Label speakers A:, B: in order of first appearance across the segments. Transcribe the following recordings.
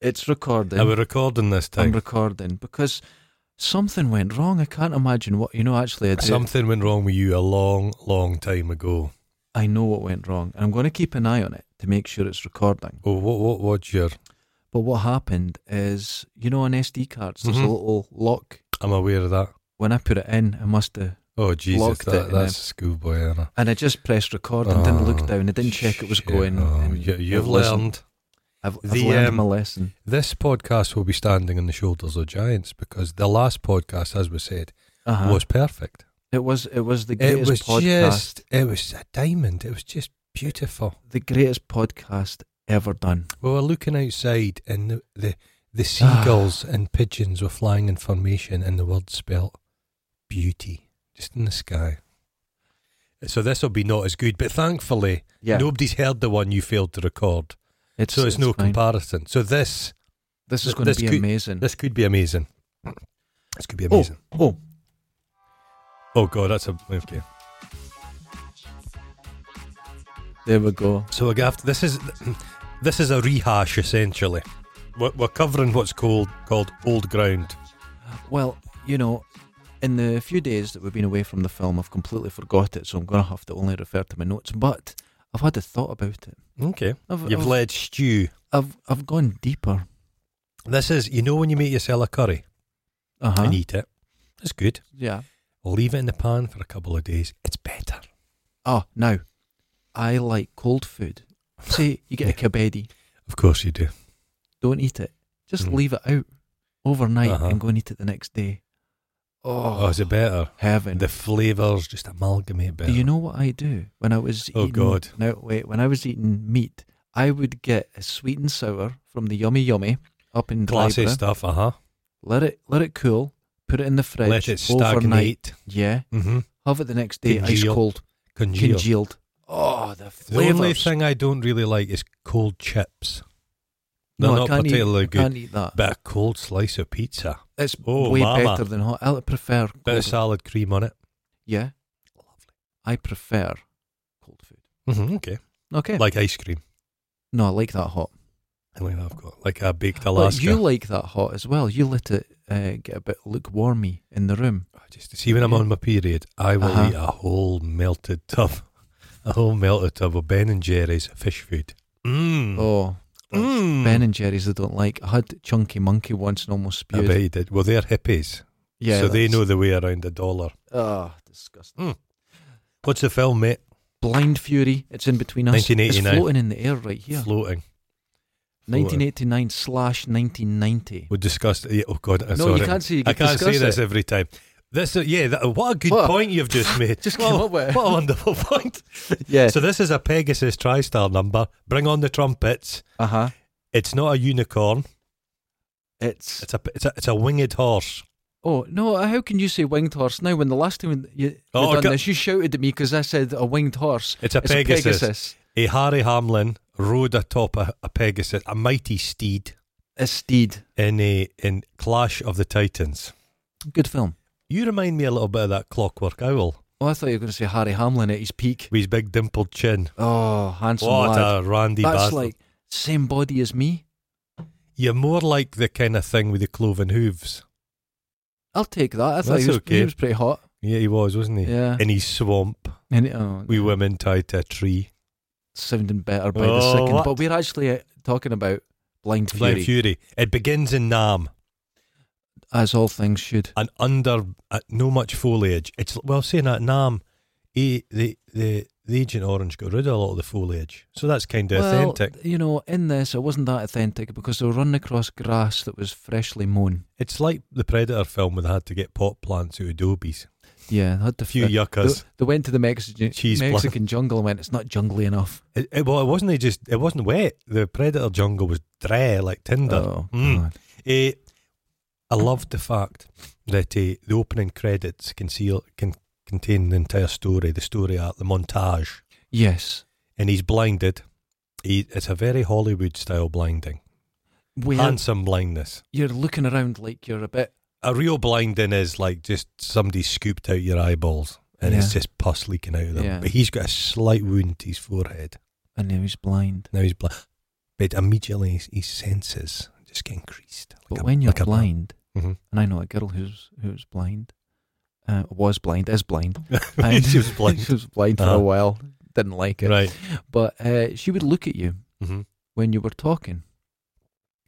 A: It's recording.
B: Are we recording this
A: I'm
B: time?
A: recording because something went wrong. I can't imagine what you know. Actually, it's,
B: Something went wrong with you a long, long time ago.
A: I know what went wrong, and I'm going to keep an eye on it to make sure it's recording.
B: Oh, what, what, what's your?
A: But what happened is, you know, on SD cards, there's
B: Mhm.
A: a little lock.
B: I'm aware of that.
A: When I put it in, I must have,
B: Oh Jesus,
A: Locked it
B: that,
A: and
B: that's schoolboy Anna.
A: and I just pressed record and didn't
B: Oh,
A: look down. I didn't check it was
B: shit.
A: going.
B: Oh,
A: and
B: you, you've
A: I've listened-
B: learned.
A: I've, I've
B: The,
A: learned
B: um,
A: my lesson.
B: This podcast will be standing on the shoulders of giants because the last podcast, as we said,
A: Uh-huh.
B: was perfect.
A: it was it was the
B: It
A: greatest
B: was
A: podcast.
B: just, it was a diamond. It was just beautiful.
A: the greatest podcast ever done.
B: We were looking outside, and the the, the seagulls
A: Ah.
B: and pigeons were flying in formation, and the word spelt beauty just in the sky. So this will be not as good, but thankfully
A: Yeah,
B: nobody's heard the one you failed to record,
A: it's,
B: so it's, no
A: fine.
B: comparison. So this
A: This is
B: Th-
A: going to
B: this
A: be
B: could-
A: amazing.
B: this could be amazing. This could be amazing.
A: Oh,
B: Oh, god, that's a okay.
A: there we go.
B: So again, after- this is this is a rehash essentially. We're, we're covering what's called called old ground.
A: Well, you know, in the few days that we've been away from the film, I've completely forgot it, so I'm going to have to only refer to my notes. But I've had a thought about it.
B: Okay,
A: I've
B: you've
A: I've,
B: led stew.
A: I've, I've gone deeper.
B: This is you know when you make yourself a curry.
A: Uh huh.
B: and eat it. It's good.
A: Yeah.
B: Leave it in the pan for a couple of days. It's better.
A: Oh, now, I like cold food. Say you get a kebedi,
B: Of course you do.
A: don't eat it. Just
B: Mm.
A: leave it out overnight
B: Uh-huh.
A: and go and eat it the next day.
B: Oh,
A: Oh,
B: is it better?
A: heaven.
B: The flavours just amalgamate better.
A: Do you know what I do when I was?
B: Oh,
A: eating,
B: God.
A: No, wait. When I was eating meat, I would get a sweet and sour from the Yummy Yummy up in
B: Classy
A: Glybra.
B: stuff, uh huh.
A: Let it let it cool. Put it in the fridge.
B: Let it
A: overnight.
B: stagnate.
A: Yeah.
B: Mm-hmm.
A: Have it the next day, ice
B: Congeal.
A: cold,
B: Congeal.
A: congealed. Oh, the
B: The
A: flavors.
B: only thing I don't really like is cold chips. They're
A: no, I
B: not
A: can't
B: particularly
A: eat,
B: good.
A: I can't eat that.
B: But a cold slice of pizza,
A: It's
B: Oh,
A: way
B: mama.
A: better than hot. I prefer.
B: bit
A: cold.
B: of salad cream on it.
A: Yeah, I prefer cold food.
B: Mm-hmm, okay.
A: Okay.
B: Like ice cream.
A: no, I like that hot.
B: I like that. I've got like a baked
A: But
B: Alaska.
A: you like that hot as well. You let it uh, get a bit lukewarmy in the room.
B: I Ah, just see when I'm on my period, I will
A: Uh-huh.
B: eat a whole melted tub, a whole melted tub of Ben and Jerry's fish food. Mmm.
A: Oh,
B: Mm.
A: Ben and Jerry's I don't like. I had Chunky Monkey once and almost
B: I
A: spewed.
B: bet you did. Well, they're hippies,
A: Yeah,
B: so they
A: that's-
B: know the way around a dollar.
A: Ah, disgusting.
B: What's the film, mate?
A: Blind Fury. It's in between us.
B: 1989.
A: It's floating in the air right here.
B: Floating. Floating.
A: 1989 slash 1990.
B: We discussed. Yeah, oh God, I'm
A: No,
B: sorry.
A: you can't say. You
B: I
A: can
B: can't
A: discuss
B: say this
A: It.
B: every time. This, uh, yeah, that, what a good
A: What?
B: point you've just made.
A: Just
B: what,
A: came up with it.
B: what a wonderful point.
A: Yeah.
B: So this is a Pegasus TriStar number. Bring on the trumpets.
A: Uh huh.
B: It's not a unicorn.
A: It's
B: It's a it's a, it's a winged horse.
A: oh no! How can you say winged horse now? When the last time you you
B: Oh,
A: done
B: go-
A: this, you shouted at me because I said a winged horse.
B: It's a
A: It's
B: Pegasus.
A: a Pegasus.
B: A Harry Hamlin rode atop a, a Pegasus, a mighty steed,
A: A steed.
B: in a in Clash of the Titans.
A: Good film.
B: You remind me a little bit of that Clockwork Owl
A: Oh, I thought you were going to say Harry Hamlin at his peak.
B: with his big dimpled chin.
A: Oh, handsome
B: what
A: lad.
B: a randy
A: That's
B: bastard!
A: like same body as me.
B: You're more like the kind of thing with the cloven hooves.
A: I'll take that. I thought
B: That's
A: he, was,
B: okay.
A: he was pretty hot.
B: Yeah, he was, wasn't he?
A: Yeah.
B: In his swamp,
A: And it- oh,
B: we women tied to a tree.
A: sounding better by
B: Oh,
A: the second.
B: what?
A: But we're actually uh, talking about Blind Fury,
B: Blind Fury. It begins in Nam,
A: as all things should.
B: and under uh, no much foliage. It's well saying that Nam, he, the the the Agent Orange got rid of a lot of the foliage, so that's kind of
A: well,
B: authentic.
A: you know, in this, it wasn't that authentic because they were running across grass that was freshly mown.
B: It's like the Predator film where they had to get pot plants out of Dobies.
A: Yeah, they had to
B: A few
A: fi- they,
B: yuccas.
A: they went to the Mexican
B: Cheese plant.
A: Mexican jungle and went, "It's not jungly enough."
B: It, it- well, it wasn't they just. It wasn't wet. The Predator jungle was dry like tinder.
A: Oh,
B: Mm.
A: God.
B: Eh, I loved the fact that eh, the opening credits conceal can contain the entire story, the story arc, the montage,
A: yes.
B: and he's blinded. He, it's a very Hollywood style blinding,
A: Well,
B: handsome blindness.
A: you're looking around like you're a bit.
B: A real blinding is like just somebody scooped out your eyeballs and it's
A: Yeah.
B: just pus leaking out of them.
A: Yeah.
B: But he's got a slight wound to his forehead.
A: And now he's blind.
B: Now he's blind. But immediately he, he senses, just just getting creased. Like
A: But
B: a-
A: when you're
B: like a-
A: blind,
B: Mhm.
A: and I know a girl who's who's blind, uh, was blind, is blind. and-
B: she was blind.
A: she was blind for a
B: Uh-huh.
A: while. Didn't like it.
B: Right.
A: But uh, she would look at you
B: hmm
A: when you were talking.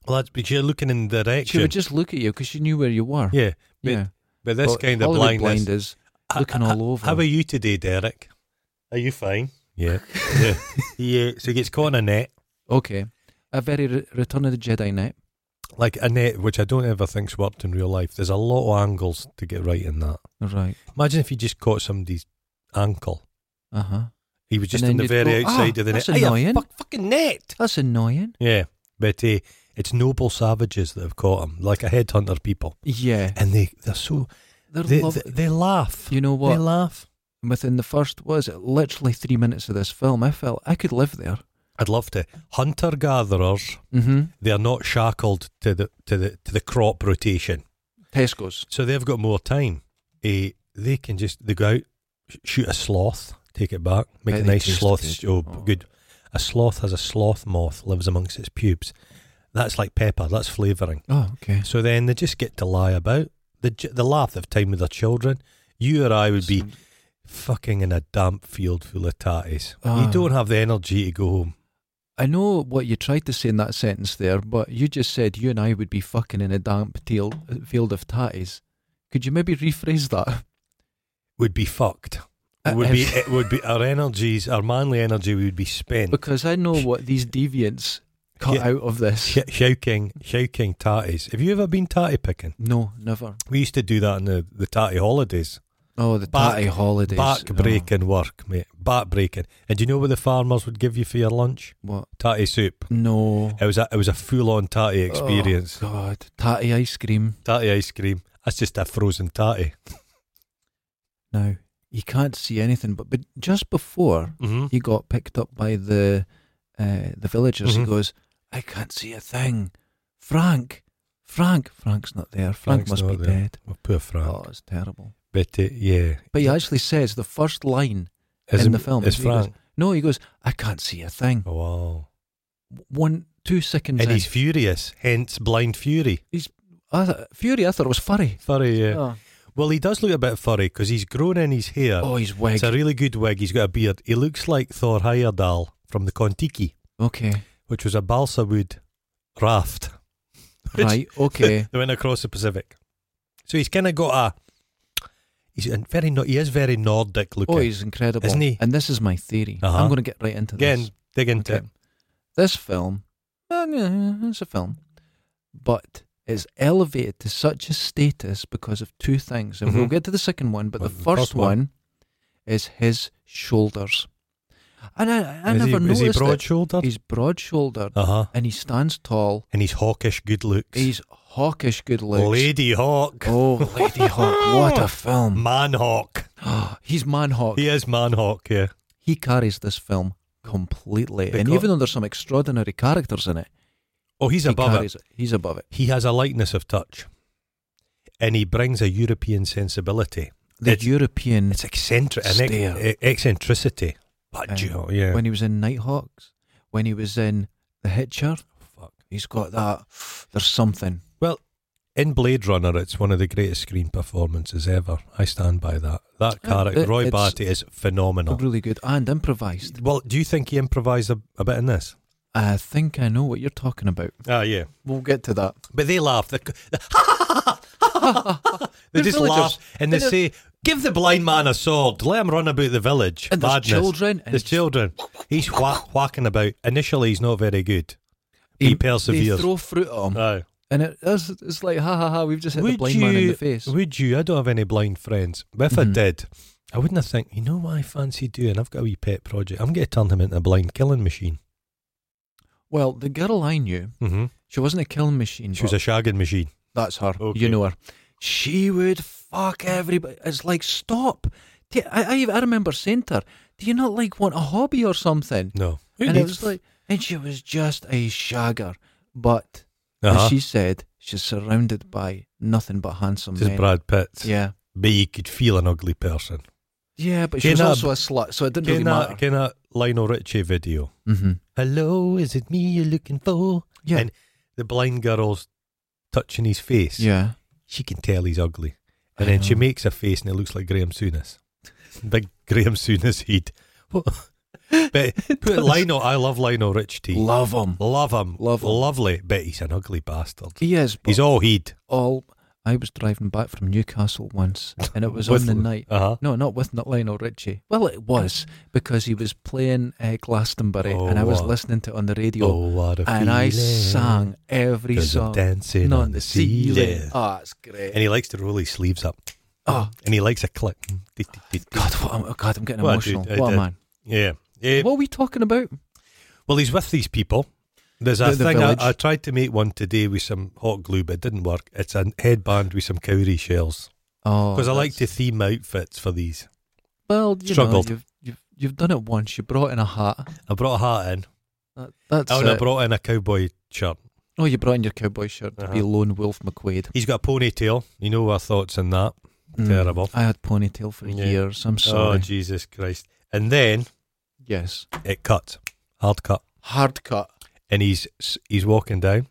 B: Well, that's because you're looking in the direction.
A: She would just look at you because she knew where you were.
B: yeah, but,
A: Yeah.
B: but this
A: But
B: kind of
A: Hollywood
B: blindness.
A: blind is looking all over.
B: How are you today, Derek? Are you fine? Yeah. yeah. yeah. So he gets caught in a net,
A: okay. A very re- Return of the Jedi night.
B: like a net, which I don't ever think's worked in real life. There's a lot of angles to get right in that.
A: Right.
B: Imagine if you just caught somebody's ankle.
A: Uh huh.
B: He was just
A: And
B: on
A: then
B: the
A: you'd
B: very
A: go,
B: outside
A: "Ah,
B: of the net.
A: that's
B: Aye, a
A: annoying."
B: fuck- fucking net.
A: That's annoying.
B: Yeah. But uh, it's noble savages that have caught him, like a headhunter people.
A: Yeah.
B: And they, they're so.
A: They're
B: They,
A: lovely.
B: they, they laugh.
A: you know
B: They
A: what?
B: laugh.
A: Within the first, what is it, literally three minutes of this film, I felt I could live there.
B: I'd love to. Hunter gatherers.
A: Mm hmm.
B: They are not shackled to the to the to the crop rotation,
A: Tesco's.
B: so they've got more time. Eh, they can just they go out, sh- shoot a sloth, take it back, make
A: Bet
B: a
A: they
B: nice
A: taste
B: sloth.
A: good.
B: Good. Oh,
A: Oh.
B: good. A sloth has a sloth moth lives amongst its pubes. That's like pepper. That's flavouring.
A: Oh, okay.
B: So then they just get to lie about. They j- they laugh. They've time with their children. You or I would be fucking in a damp field full of tatties.
A: Ah.
B: you don't have the energy to go home.
A: I know what you tried to say in that sentence there, but you just said you and I would be fucking in a damp teal, field of tatties. Could you maybe rephrase that?
B: Would be fucked.
A: Uh,
B: It would be it would be our energies, our manly energy would be spent
A: because I know what these deviants cut
B: Yeah.
A: out of this.
B: sh- shouting, shouting tatties. Have you ever been tatty picking?
A: No, never.
B: We used to do that in the, the tatty holidays,
A: Oh, the
B: Back-
A: tatty holidays.
B: back
A: Oh,
B: breaking work, mate, back breaking. And do you know what the farmers would give you for your lunch?
A: what?
B: Tatty soup.
A: No.
B: It was a it was a full on tatty experience.
A: Oh, God, tatty ice cream.
B: Tatty ice cream. That's just a frozen tatty.
A: Now you can't see anything, but but just before
B: Mm-hmm.
A: he got picked up by the uh, the villagers.
B: Mhm.
A: He goes, "I can't see a thing." Frank, Frank, Frank's not there. Frank
B: Frank's
A: must be
B: not there.
A: dead.
B: Oh, poor Frank.
A: Oh, it's terrible.
B: But uh, yeah,
A: But he actually says the first line
B: Is
A: in
B: it-
A: the film
B: is
A: he goes-
B: Frank.
A: No, he goes, "I can't see a thing."
B: Oh wow.
A: One, two seconds.
B: And
A: in.
B: he's furious, hence blind fury.
A: I th- Fury. I thought it was furry.
B: Furry, yeah.
A: Oh.
B: Uh, Well, he does look a bit furry because he's grown in his hair.
A: Oh, he's wig.
B: it's a really good wig. He's got a beard. He looks like Thor Heyerdahl from the Kontiki,
A: Okay.
B: which was a balsa wood raft. Which-
A: Right. Okay.
B: they went across the Pacific. So he's kind of got a. He's a very. no- He is very Nordic looking.
A: Oh, he's incredible,
B: Isn't he?
A: And this is my theory.
B: Uh-huh.
A: I'm going to get right into this.
B: Again, dig into
A: Okay.
B: it.
A: This film, eh, yeah, it's a film, but it's elevated to such a status because of two things. And we'll
B: Mhm.
A: get to the second one, but the
B: Well,
A: first, one, is his shoulders. And I, I
B: Is
A: never
B: he,
A: noticed
B: Is he
A: it.
B: broad shouldered?
A: He's broad shouldered
B: Uh huh.
A: and he stands tall.
B: And he's hawkish, good looks.
A: He's hawkish good looks.
B: Lady Hawk,
A: Oh, Lady Hawk. What a film. Ah,
B: Man Hawk.
A: He's Manhawk.
B: He is Man Hawk. Yeah.
A: he carries this film completely. and
B: Because-
A: even though there's some extraordinary characters in it,
B: Oh, he's
A: he
B: above it.
A: carries it. He's above it.
B: He has a lightness of touch, and he brings a European sensibility.
A: The
B: It's-
A: European
B: It's eccentric, an ec-
A: Stare.
B: e- eccentricity. But
A: Um,
B: you- yeah,
A: when he was in Nighthawks, when he was in The Hitcher,
B: fuck.
A: he's got that. There's something.
B: In Blade Runner, it's one of the greatest screen performances ever. I stand by that. That
A: Uh,
B: character,
A: it-
B: Roy
A: it's-
B: Batty, is phenomenal.
A: Really good and improvised.
B: Well, do you think he improvised a, a bit in this?
A: I think I know what you're talking about.
B: Ah, yeah.
A: We'll get to that.
B: But they laugh. They, they
A: They're
B: just
A: villagers.
B: laugh and they
A: They're-
B: say, "Give the blind man a sword. Let him run about the village."
A: And there's
B: Madness.
A: children. And
B: His
A: it's-
B: children. He's whack, whacking about. Initially, he's not very good. He,
A: They
B: perseveres.
A: throw fruit at him,
B: Aye.
A: and it, it's, it's like ha ha ha. We've just hit the
B: Would
A: blind man in
B: you-
A: the face.
B: Would you? I don't have any blind friends. But if
A: Mhm.
B: I did, I wouldn't have think. You know what I fancy doing? I've got a wee pet project. I'm going to turn him into a blind killing machine.
A: Well, the girl I knew,
B: Mm-hmm.
A: she wasn't a killing machine.
B: She was
A: but
B: a shagging machine.
A: That's her.
B: Okay.
A: You know her. She would fuck everybody. It's like stop. Do you- I, I I remember saying to her, "Do you not like want a hobby or something?"
B: No.
A: and it was like, and she was just a shagger. But
B: uh
A: as she said, she's surrounded by nothing but handsome
B: just
A: men.
B: Brad Pitt.
A: Yeah,
B: But you could feel an ugly person.
A: yeah, but
B: Can
A: she was
B: I-
A: also a slut, so it didn't really
B: Can that,
A: matter.
B: can that Lionel Richie video?
A: Mm-hmm.
B: Hello, is it me you're looking for?
A: Yeah,
B: And- the blind girl's touching his face,
A: Yeah.
B: she can tell he's ugly. And
A: I
B: then she
A: know.
B: makes a face and it looks like Graham Souness. Big Graham Souness head. What? But put
A: does.
B: Lionel, I love Lionel Rich T.
A: Love him.
B: Love him.
A: Love him.
B: Lovely. But he's an ugly bastard.
A: He is. But
B: He's all heed.
A: all. I was driving back from Newcastle once, and it was on
B: With-
A: the night.
B: Uh huh.
A: No, not with Lionel Richie. Well, it was because he was playing uh, Glastonbury,
B: Ah. Oh,
A: and I was
B: wow.
A: listening to it on the radio,
B: Oh, what a
A: and I
B: feeling.
A: sang every
B: 'Cause I'm
A: song.
B: dancing
A: No,
B: on, the ceiling.
A: Oh, it's great.
B: And he likes to roll his sleeves up.
A: oh
B: And he likes a click.
A: God, what, am- oh, God, I'm getting
B: Well,
A: emotional.
B: dude, I
A: what a
B: did.
A: man.
B: Yeah. Yeah.
A: What are we talking about?
B: Well, he's with these people. There's a
A: The- the
B: thing I,
A: village.
B: I tried to make one today with some hot glue, but it didn't work. It's a headband with some cowrie shells
A: Oh,
B: because I like to
A: that's-
B: theme outfits for these.
A: Well, you know,
B: struggled.
A: you've, you've you've done it once. You brought in a hat.
B: I brought a hat in.
A: That, that's
B: oh, and I
A: it.
B: brought in a cowboy shirt.
A: oh, you brought in your cowboy shirt to be
B: Uh-huh.
A: lone wolf McQuaid.
B: He's got a ponytail. You know our thoughts on that. Oh,
A: Mm.
B: Terrible.
A: I had ponytail for
B: Yeah.
A: years. I'm
B: Oh,
A: sorry.
B: Jesus Christ! And then
A: yes,
B: it cut, hard cut,
A: hard cut.
B: and he's he's walking down,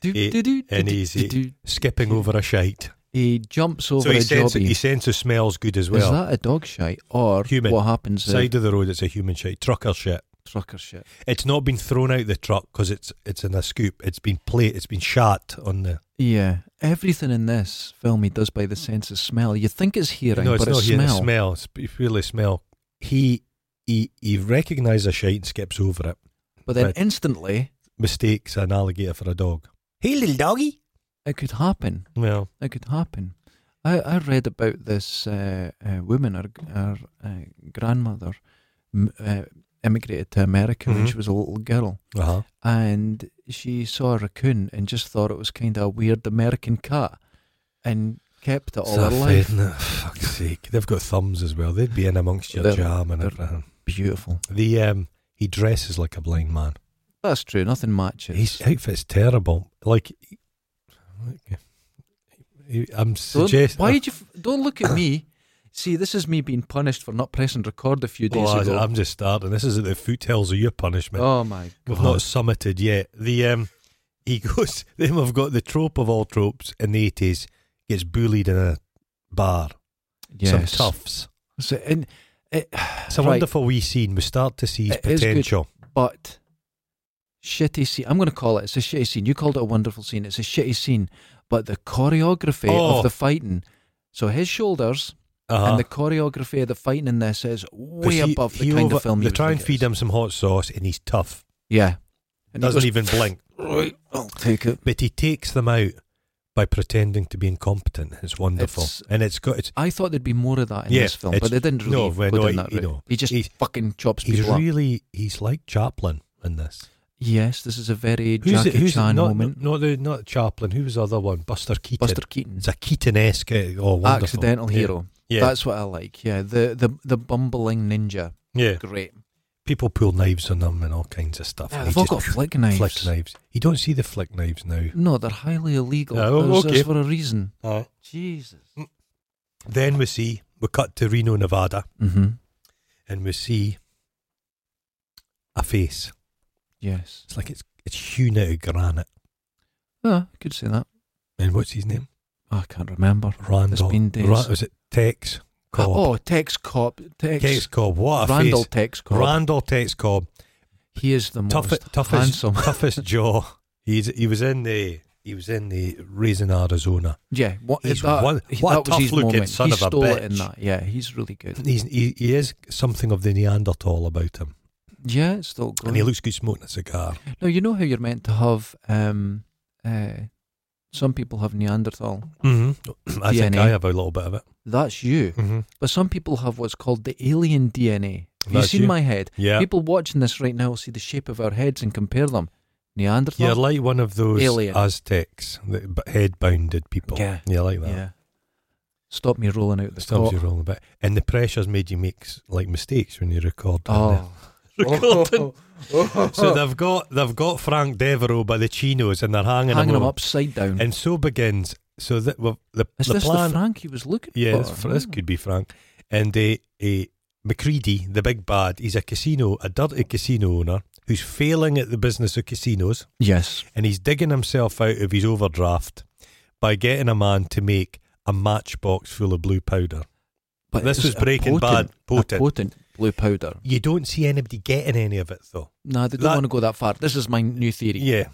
A: Do,
B: Eh,
A: do, do,
B: and
A: do,
B: he's-
A: do, do.
B: skipping over a shite.
A: He jumps over
B: So he
A: a
B: sense
A: jobby.
B: he sense of smells good as
A: Is
B: well.
A: that a dog shite or
B: Human.
A: what happens?
B: Side of the road, it's a human shite, trucker shit.
A: the trucker shit.
B: It's not been thrown out the truck because it's it's in a scoop. It's been plate. It's been shot on the.
A: Yeah, everything in this film he does by the sense of smell. You think it's hearing,
B: no, it's
A: but
B: not
A: it's
B: here.
A: smell.
B: It's smell. It's p- purely smell. He he he recognises a shite and skips over it.
A: But then
B: Right.
A: instantly
B: Mistakes an alligator for a dog. Hey, little doggy.
A: it could happen.
B: Well,
A: It could happen. I, I read about this uh, uh, woman, her, her uh, grandmother m- uh, immigrated to America when
B: Mhm.
A: she was a little girl.
B: uh huh.
A: and she saw a raccoon and just thought it was kind of a weird American cat and kept it all her life.
B: Fuck's sake, they've got thumbs as well. They'd be in amongst your
A: They're-
B: jam and
A: they're-
B: everything.
A: Beautiful.
B: The um, he dresses like a blind man.
A: That's true. Nothing matches.
B: His outfit's terrible. Like, he- I'm
A: Don't-
B: suggesting.
A: why did you? F- don't look at me. See, this is me being punished for not pressing record a few days
B: Well, I-
A: ago.
B: Oh, I'm just starting. This is at the foothills of your punishment.
A: oh my
B: We've
A: god!
B: not summited yet. The um, he goes. Then we've got the trope of all tropes in the eighties. Gets bullied in a bar.
A: yes.
B: Some toughs.
A: So, and it,
B: It's a
A: Right.
B: wonderful wee scene. We start to see his
A: It is good.
B: potential.
A: but shitty scene. I'm going to call it. It's a shitty scene. You called it a wonderful scene. It's a shitty scene, but the choreography
B: Oh.
A: of the fighting. So his shoulders
B: Uh-huh.
A: and the choreography of the fighting in this is
B: 'Cause
A: way
B: he-
A: above the
B: he
A: kind
B: over-
A: of film
B: They
A: you
B: try and feed him some hot sauce, and he's tough.
A: Yeah, and he
B: Doesn't
A: goes,
B: even blink.
A: Right, I'll take it.
B: But he takes them out by pretending to be incompetent. It's wonderful,
A: It's-
B: and it's got. It's
A: I thought there'd be more of that in
B: Yeah,
A: this film,
B: it's-
A: but they didn't really
B: no,
A: go
B: no,
A: down
B: he-
A: that
B: you
A: route.
B: know,
A: he just
B: he's-
A: fucking chops
B: he's
A: people up.
B: really. He's like Chaplin in this.
A: Yes, this is a very
B: Who's
A: Jackie
B: it, who's it-
A: Chan
B: not,
A: moment.
B: Not, the, not Chaplin. Who was the other one? Buster Keaton.
A: Buster Keaton,
B: It's a Keaton-esque. uh, Oh, wonderful.
A: accidental
B: Yeah.
A: hero.
B: Yeah.
A: That's what I like. Yeah, the the the bumbling ninja.
B: yeah.
A: Great.
B: People pull knives on them and all kinds of stuff.
A: Yeah,
B: and
A: they've
B: he
A: all got
B: just-
A: flick knives.
B: Flick knives. You don't see the flick knives now.
A: No, they're highly illegal.
B: Oh,
A: There's-
B: okay.
A: there's for a reason. Jesus.
B: Then we see we cut to Reno, Nevada,
A: Mm-hmm.
B: and we see a face.
A: Yes.
B: It's like it's it's hewn out of granite.
A: Ah, I could say that.
B: And what's his name?
A: Oh, I can't remember.
B: Randall.
A: been days.
B: Ra- was it Tex Cobb?
A: Oh, Tex Cobb. Tex.
B: Tex Cobb. What a
A: Randall
B: face.
A: Tex Cobb.
B: Randall Tex Cobb.
A: he is the
B: Tough-
A: most
B: toughest-
A: handsome.
B: toughest jaw. He's he was in the he was in the raising Arizona.
A: Yeah, what,
B: He's
A: that,
B: one-
A: he-
B: what a
A: that was his
B: tough-looking
A: moment.
B: son
A: he
B: of a
A: stole it in
B: bitch.
A: that. Yeah, he's really good.
B: He's, he he is something of the Neanderthal about him,
A: Yeah, it's still
B: and he
A: good.
B: looks good smoking a cigar.
A: Now you know how you're meant to have. Um, uh, some people have Neanderthal.
B: Mm-hmm. I think
A: DNA.
B: I have a little bit of it.
A: That's you.
B: Mm-hmm.
A: But some people have what's called the alien DNA. Have you
B: That's
A: seen
B: you.
A: my head?
B: Yeah,
A: People watching this right now will see the shape of our heads and compare them. Neanderthal.
B: you're like one of those
A: Alien.
B: Aztecs, the head bounded people.
A: Yeah.
B: you like that.
A: Yeah. Stop me rolling out the
B: Stumps
A: top.
B: you rolling a bit, and the pressures made you make s- like mistakes when you record.
A: Oh.
B: Recording. So they've got they've got Frank Devereaux by the chinos, and they're hanging,
A: Hanging
B: him
A: them
B: over.
A: upside down.
B: And so begins. So that well, the
A: Mm. is
B: the
A: this
B: plan.
A: the Frank he was looking
B: yeah,
A: for?
B: this, this could be Frank. And they, uh, McCready, the big bad, he's a casino, a dirty casino owner who's failing at the business of casinos,
A: Yes.
B: and he's digging himself out of his overdraft by getting a man to make a matchbox full of blue powder.
A: But
B: This
A: it's
B: was
A: a
B: Breaking Bad,
A: a
B: potent.
A: potent blue powder.
B: You don't see anybody getting any of it though.
A: No, they don't
B: That-
A: want to go that far. This is my new theory.
B: Yeah.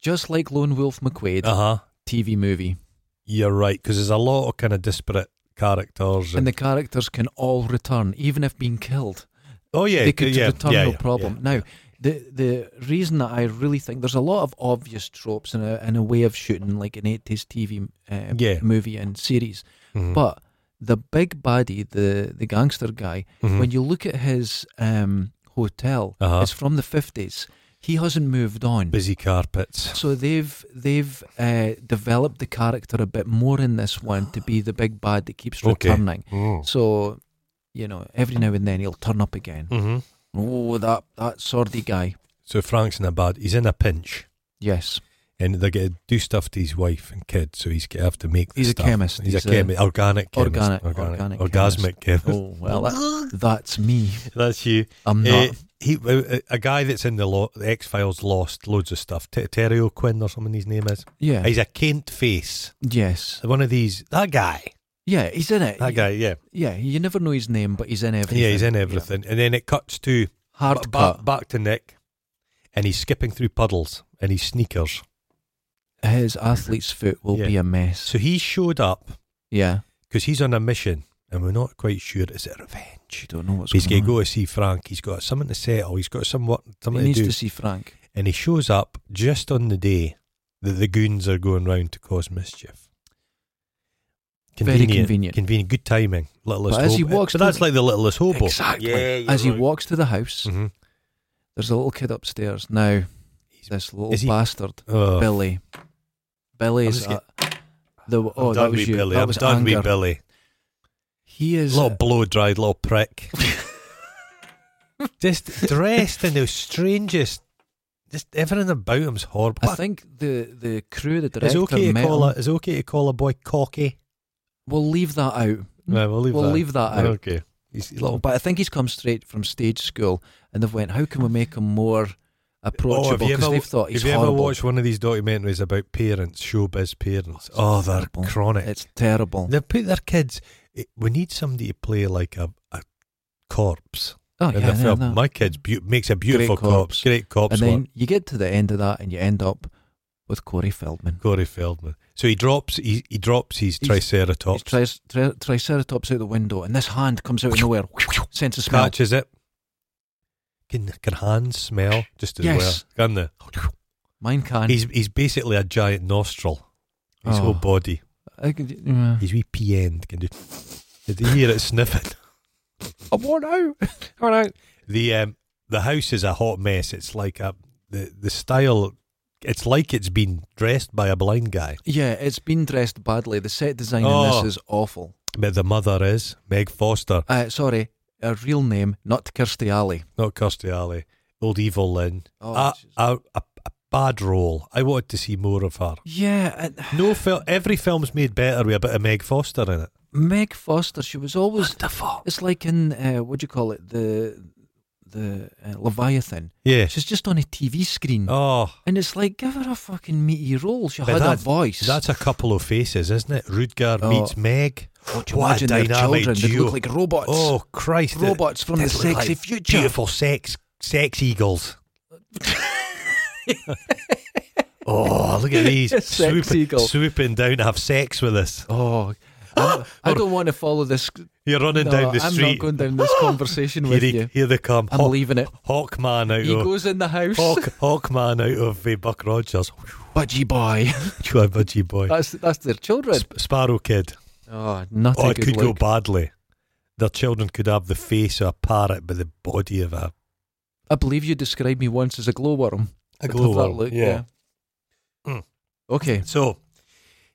A: Just like Lone Wolf McQuaid,
B: Uh huh.
A: TV movie,
B: You're right, because there's a lot of kind of disparate characters.
A: and
B: And,
A: the characters can all return, even if being killed.
B: oh yeah,
A: they could
B: yeah,
A: return
B: yeah,
A: no
B: yeah,
A: problem.
B: yeah.
A: now, the the reason that I really think there's a lot of obvious tropes in a in a way of shooting like an 80s TV uh,
B: Yeah.
A: movie and series,
B: Mhm.
A: but the big baddie, the the gangster guy,
B: Mhm.
A: when you look at his um, hotel,
B: Uh-huh.
A: it's from the 50s. He hasn't moved on.
B: busy carpets.
A: So they've they've uh, developed the character a bit more in this one to be the big bad that keeps
B: Okay.
A: returning.
B: Mm.
A: So, you know, every now and then he'll turn up again.
B: hmm
A: Oh, that that swordy guy.
B: So Frank's in a bad. He's in a pinch,
A: Yes,
B: and they're going to do stuff to his wife and kids. So he's going to have to make. the
A: he's
B: stuff.
A: a chemist.
B: He's, a chemist. Organic chemist.
A: organic- organic
B: orgasmic chemist.
A: Oh well, that, that's me.
B: That's you.
A: I'm
B: Uh,
A: not.
B: he, a, a guy that's in the, lo- the X Files lost loads of stuff. T- Terry O'Quinn or something. His name is.
A: yeah.
B: He's a Kent face.
A: Yes.
B: One of these. That guy.
A: Yeah, he's in it.
B: That guy. Yeah.
A: Yeah, you never know his name, but he's in everything.
B: Yeah. He's in
A: Yeah.
B: everything, and then it cuts to
A: Hard
B: ba- ba-
A: cut.
B: back to Nick, and he's skipping through puddles and his sneakers.
A: His athlete's foot will
B: Yeah.
A: be a mess.
B: So he showed up
A: Yeah.
B: because he's on a mission and we're not quite sure is it revenge.
A: You don't know what's
B: He's going
A: going
B: to
A: on.
B: go to see Frank. He's got something to settle. He's got some work, something
A: He
B: to
A: needs
B: do,
A: to see Frank.
B: and he shows up just on the day that the goons are going round to cause mischief.
A: Very convenient.
B: convenient, good timing. Littlest
A: But as he
B: hobo.
A: walks
B: but that's
A: to-
B: like the littlest hobo.
A: Exactly. As he walks to the house,
B: hmm
A: there's a little kid upstairs. Now,
B: He's-
A: this little
B: is he-
A: bastard,
B: Oh,
A: Billy. Billy's.
B: I'm just
A: the,
B: I'm
A: oh,
B: done
A: that was
B: with
A: you.
B: Billy.
A: That
B: I'm
A: was
B: done with
A: anger.
B: Billy.
A: He is.
B: Little blow dried, little prick.
A: uh,
B: just dressed in the strangest. Just everything about him's horrible.
A: I think the, the crew, the
B: Is
A: director,
B: it okay to
A: met
B: call a,
A: him.
B: is it okay to call a boy cocky?
A: We'll leave that out.
B: No, we'll leave
A: We'll
B: that.
A: leave that out.
B: Okay. He's a little
A: But I think he's come straight from stage school, and they've went, how can we make him more approachable?
B: you
A: Because
B: Oh, ever-
A: they've thought he's
B: Have you
A: horrible.
B: ever watched one of these documentaries about parents, showbiz parents?
A: Oh,
B: Oh,
A: it's
B: they're
A: terrible.
B: chronic.
A: It's terrible.
B: They put their kids. it- we need somebody to play like a, a corpse
A: Oh,
B: in
A: yeah,
B: the
A: no,
B: film.
A: no.
B: My kid's beau- makes a beautiful
A: corpse.
B: corpse. Great corpse
A: and then
B: work.
A: you get to the end of that, and you end up with Corey Feldman.
B: Corey Feldman. So he drops. He, he drops his
A: He's-
B: triceratops.
A: He's tri- tri- triceratops out the window, and this hand comes out of nowhere, sense of smell.
B: catches it. Can can hands smell just as
A: Yes.
B: well? Can they?
A: Mine can.
B: He's he's basically a giant nostril. His
A: Oh.
B: whole body.
A: I, could, yeah.
B: His wee pee end can do. Did you hear it sniffing?
A: I want out.
B: All right. The um the house is a hot mess. It's like a the the style. It's like it's been dressed by a blind guy.
A: Yeah, it's been dressed badly. The set design
B: Oh.
A: in this is awful.
B: But the mother is Meg Foster,
A: Uh, sorry, her real name, not Kirsty Alley.
B: not Kirsty Alley. Old evil Lynn.
A: Oh,
B: a,
A: she's-
B: a, a, a bad role. I wanted to see more of her.
A: yeah, and
B: No, fil- every film's made better with a bit of Meg Foster in it.
A: Meg Foster. She was always.
B: Wonderful.
A: It's like in uh, what do you call it? The the uh, Leviathan.
B: Yeah.
A: She's just on a TV screen,
B: Oh,
A: and it's like give her a fucking meaty role. She
B: But
A: had a
B: that-
A: voice.
B: that's a couple of faces, isn't it? Rudger
A: Oh.
B: meets Meg.
A: What do you
B: What a
A: imagine their
B: dynamic
A: children? They
B: duo.
A: look like robots.
B: Oh Christ! they-
A: robots from
B: they
A: the
B: look
A: sexy
B: like
A: future.
B: Beautiful sex, sex eagles. oh, look at these
A: Sex
B: swooping,
A: eagle.
B: swooping down to have sex with us.
A: Oh, I'm- I don't want to follow this.
B: You're running
A: no,
B: down the
A: I'm
B: street.
A: not going down this conversation
B: here,
A: with
B: they,
A: you.
B: here they come.
A: I'm
B: Hawk,
A: leaving it.
B: Hawkman out
A: He
B: of
A: goes in the house.
B: Hawk, Hawkman out of uh, Buck Rogers.
A: Budgie boy.
B: You a budgie boy.
A: that's that's their children.
B: Sp- Sparrow Kid.
A: Oh, not
B: Oh,
A: a
B: it
A: good
B: could go
A: look.
B: badly. Their children could have the face of a parrot, but the body of a,
A: I believe you described me once as a glowworm.
B: a
A: Because of that
B: glowworm.
A: look, yeah.
B: Mm.
A: Okay.
B: So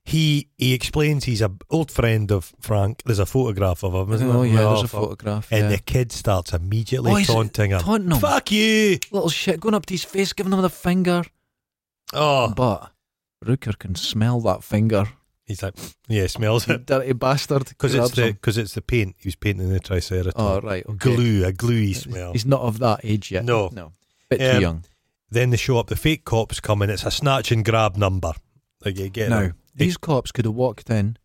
B: he he explains he's a old friend of Frank. There's a photograph of him, isn't
A: Oh
B: there?
A: yeah, there's
B: Oh,
A: a
B: fuck.
A: photograph.
B: And
A: yeah.
B: the kid starts immediately
A: Oh, he's
B: taunting him.
A: taunting him.
B: Fuck you!
A: Little shit going up to his face, giving him the finger.
B: Oh,
A: But Rooker can smell that finger.
B: He's like, yeah, smells
A: You
B: it
A: dirty bastard.
B: because
A: grab
B: it's the
A: some.
B: because it's the paint. He was painting the triceratops.
A: Oh, right. Okay.
B: Glue, a gluey smell.
A: He's not of that age yet.
B: No.
A: No. Bit
B: Um,
A: too young.
B: Then they show up. The fake cops come in. It's a snatch and grab number. Like you get
A: now,
B: them.
A: these cops could have walked in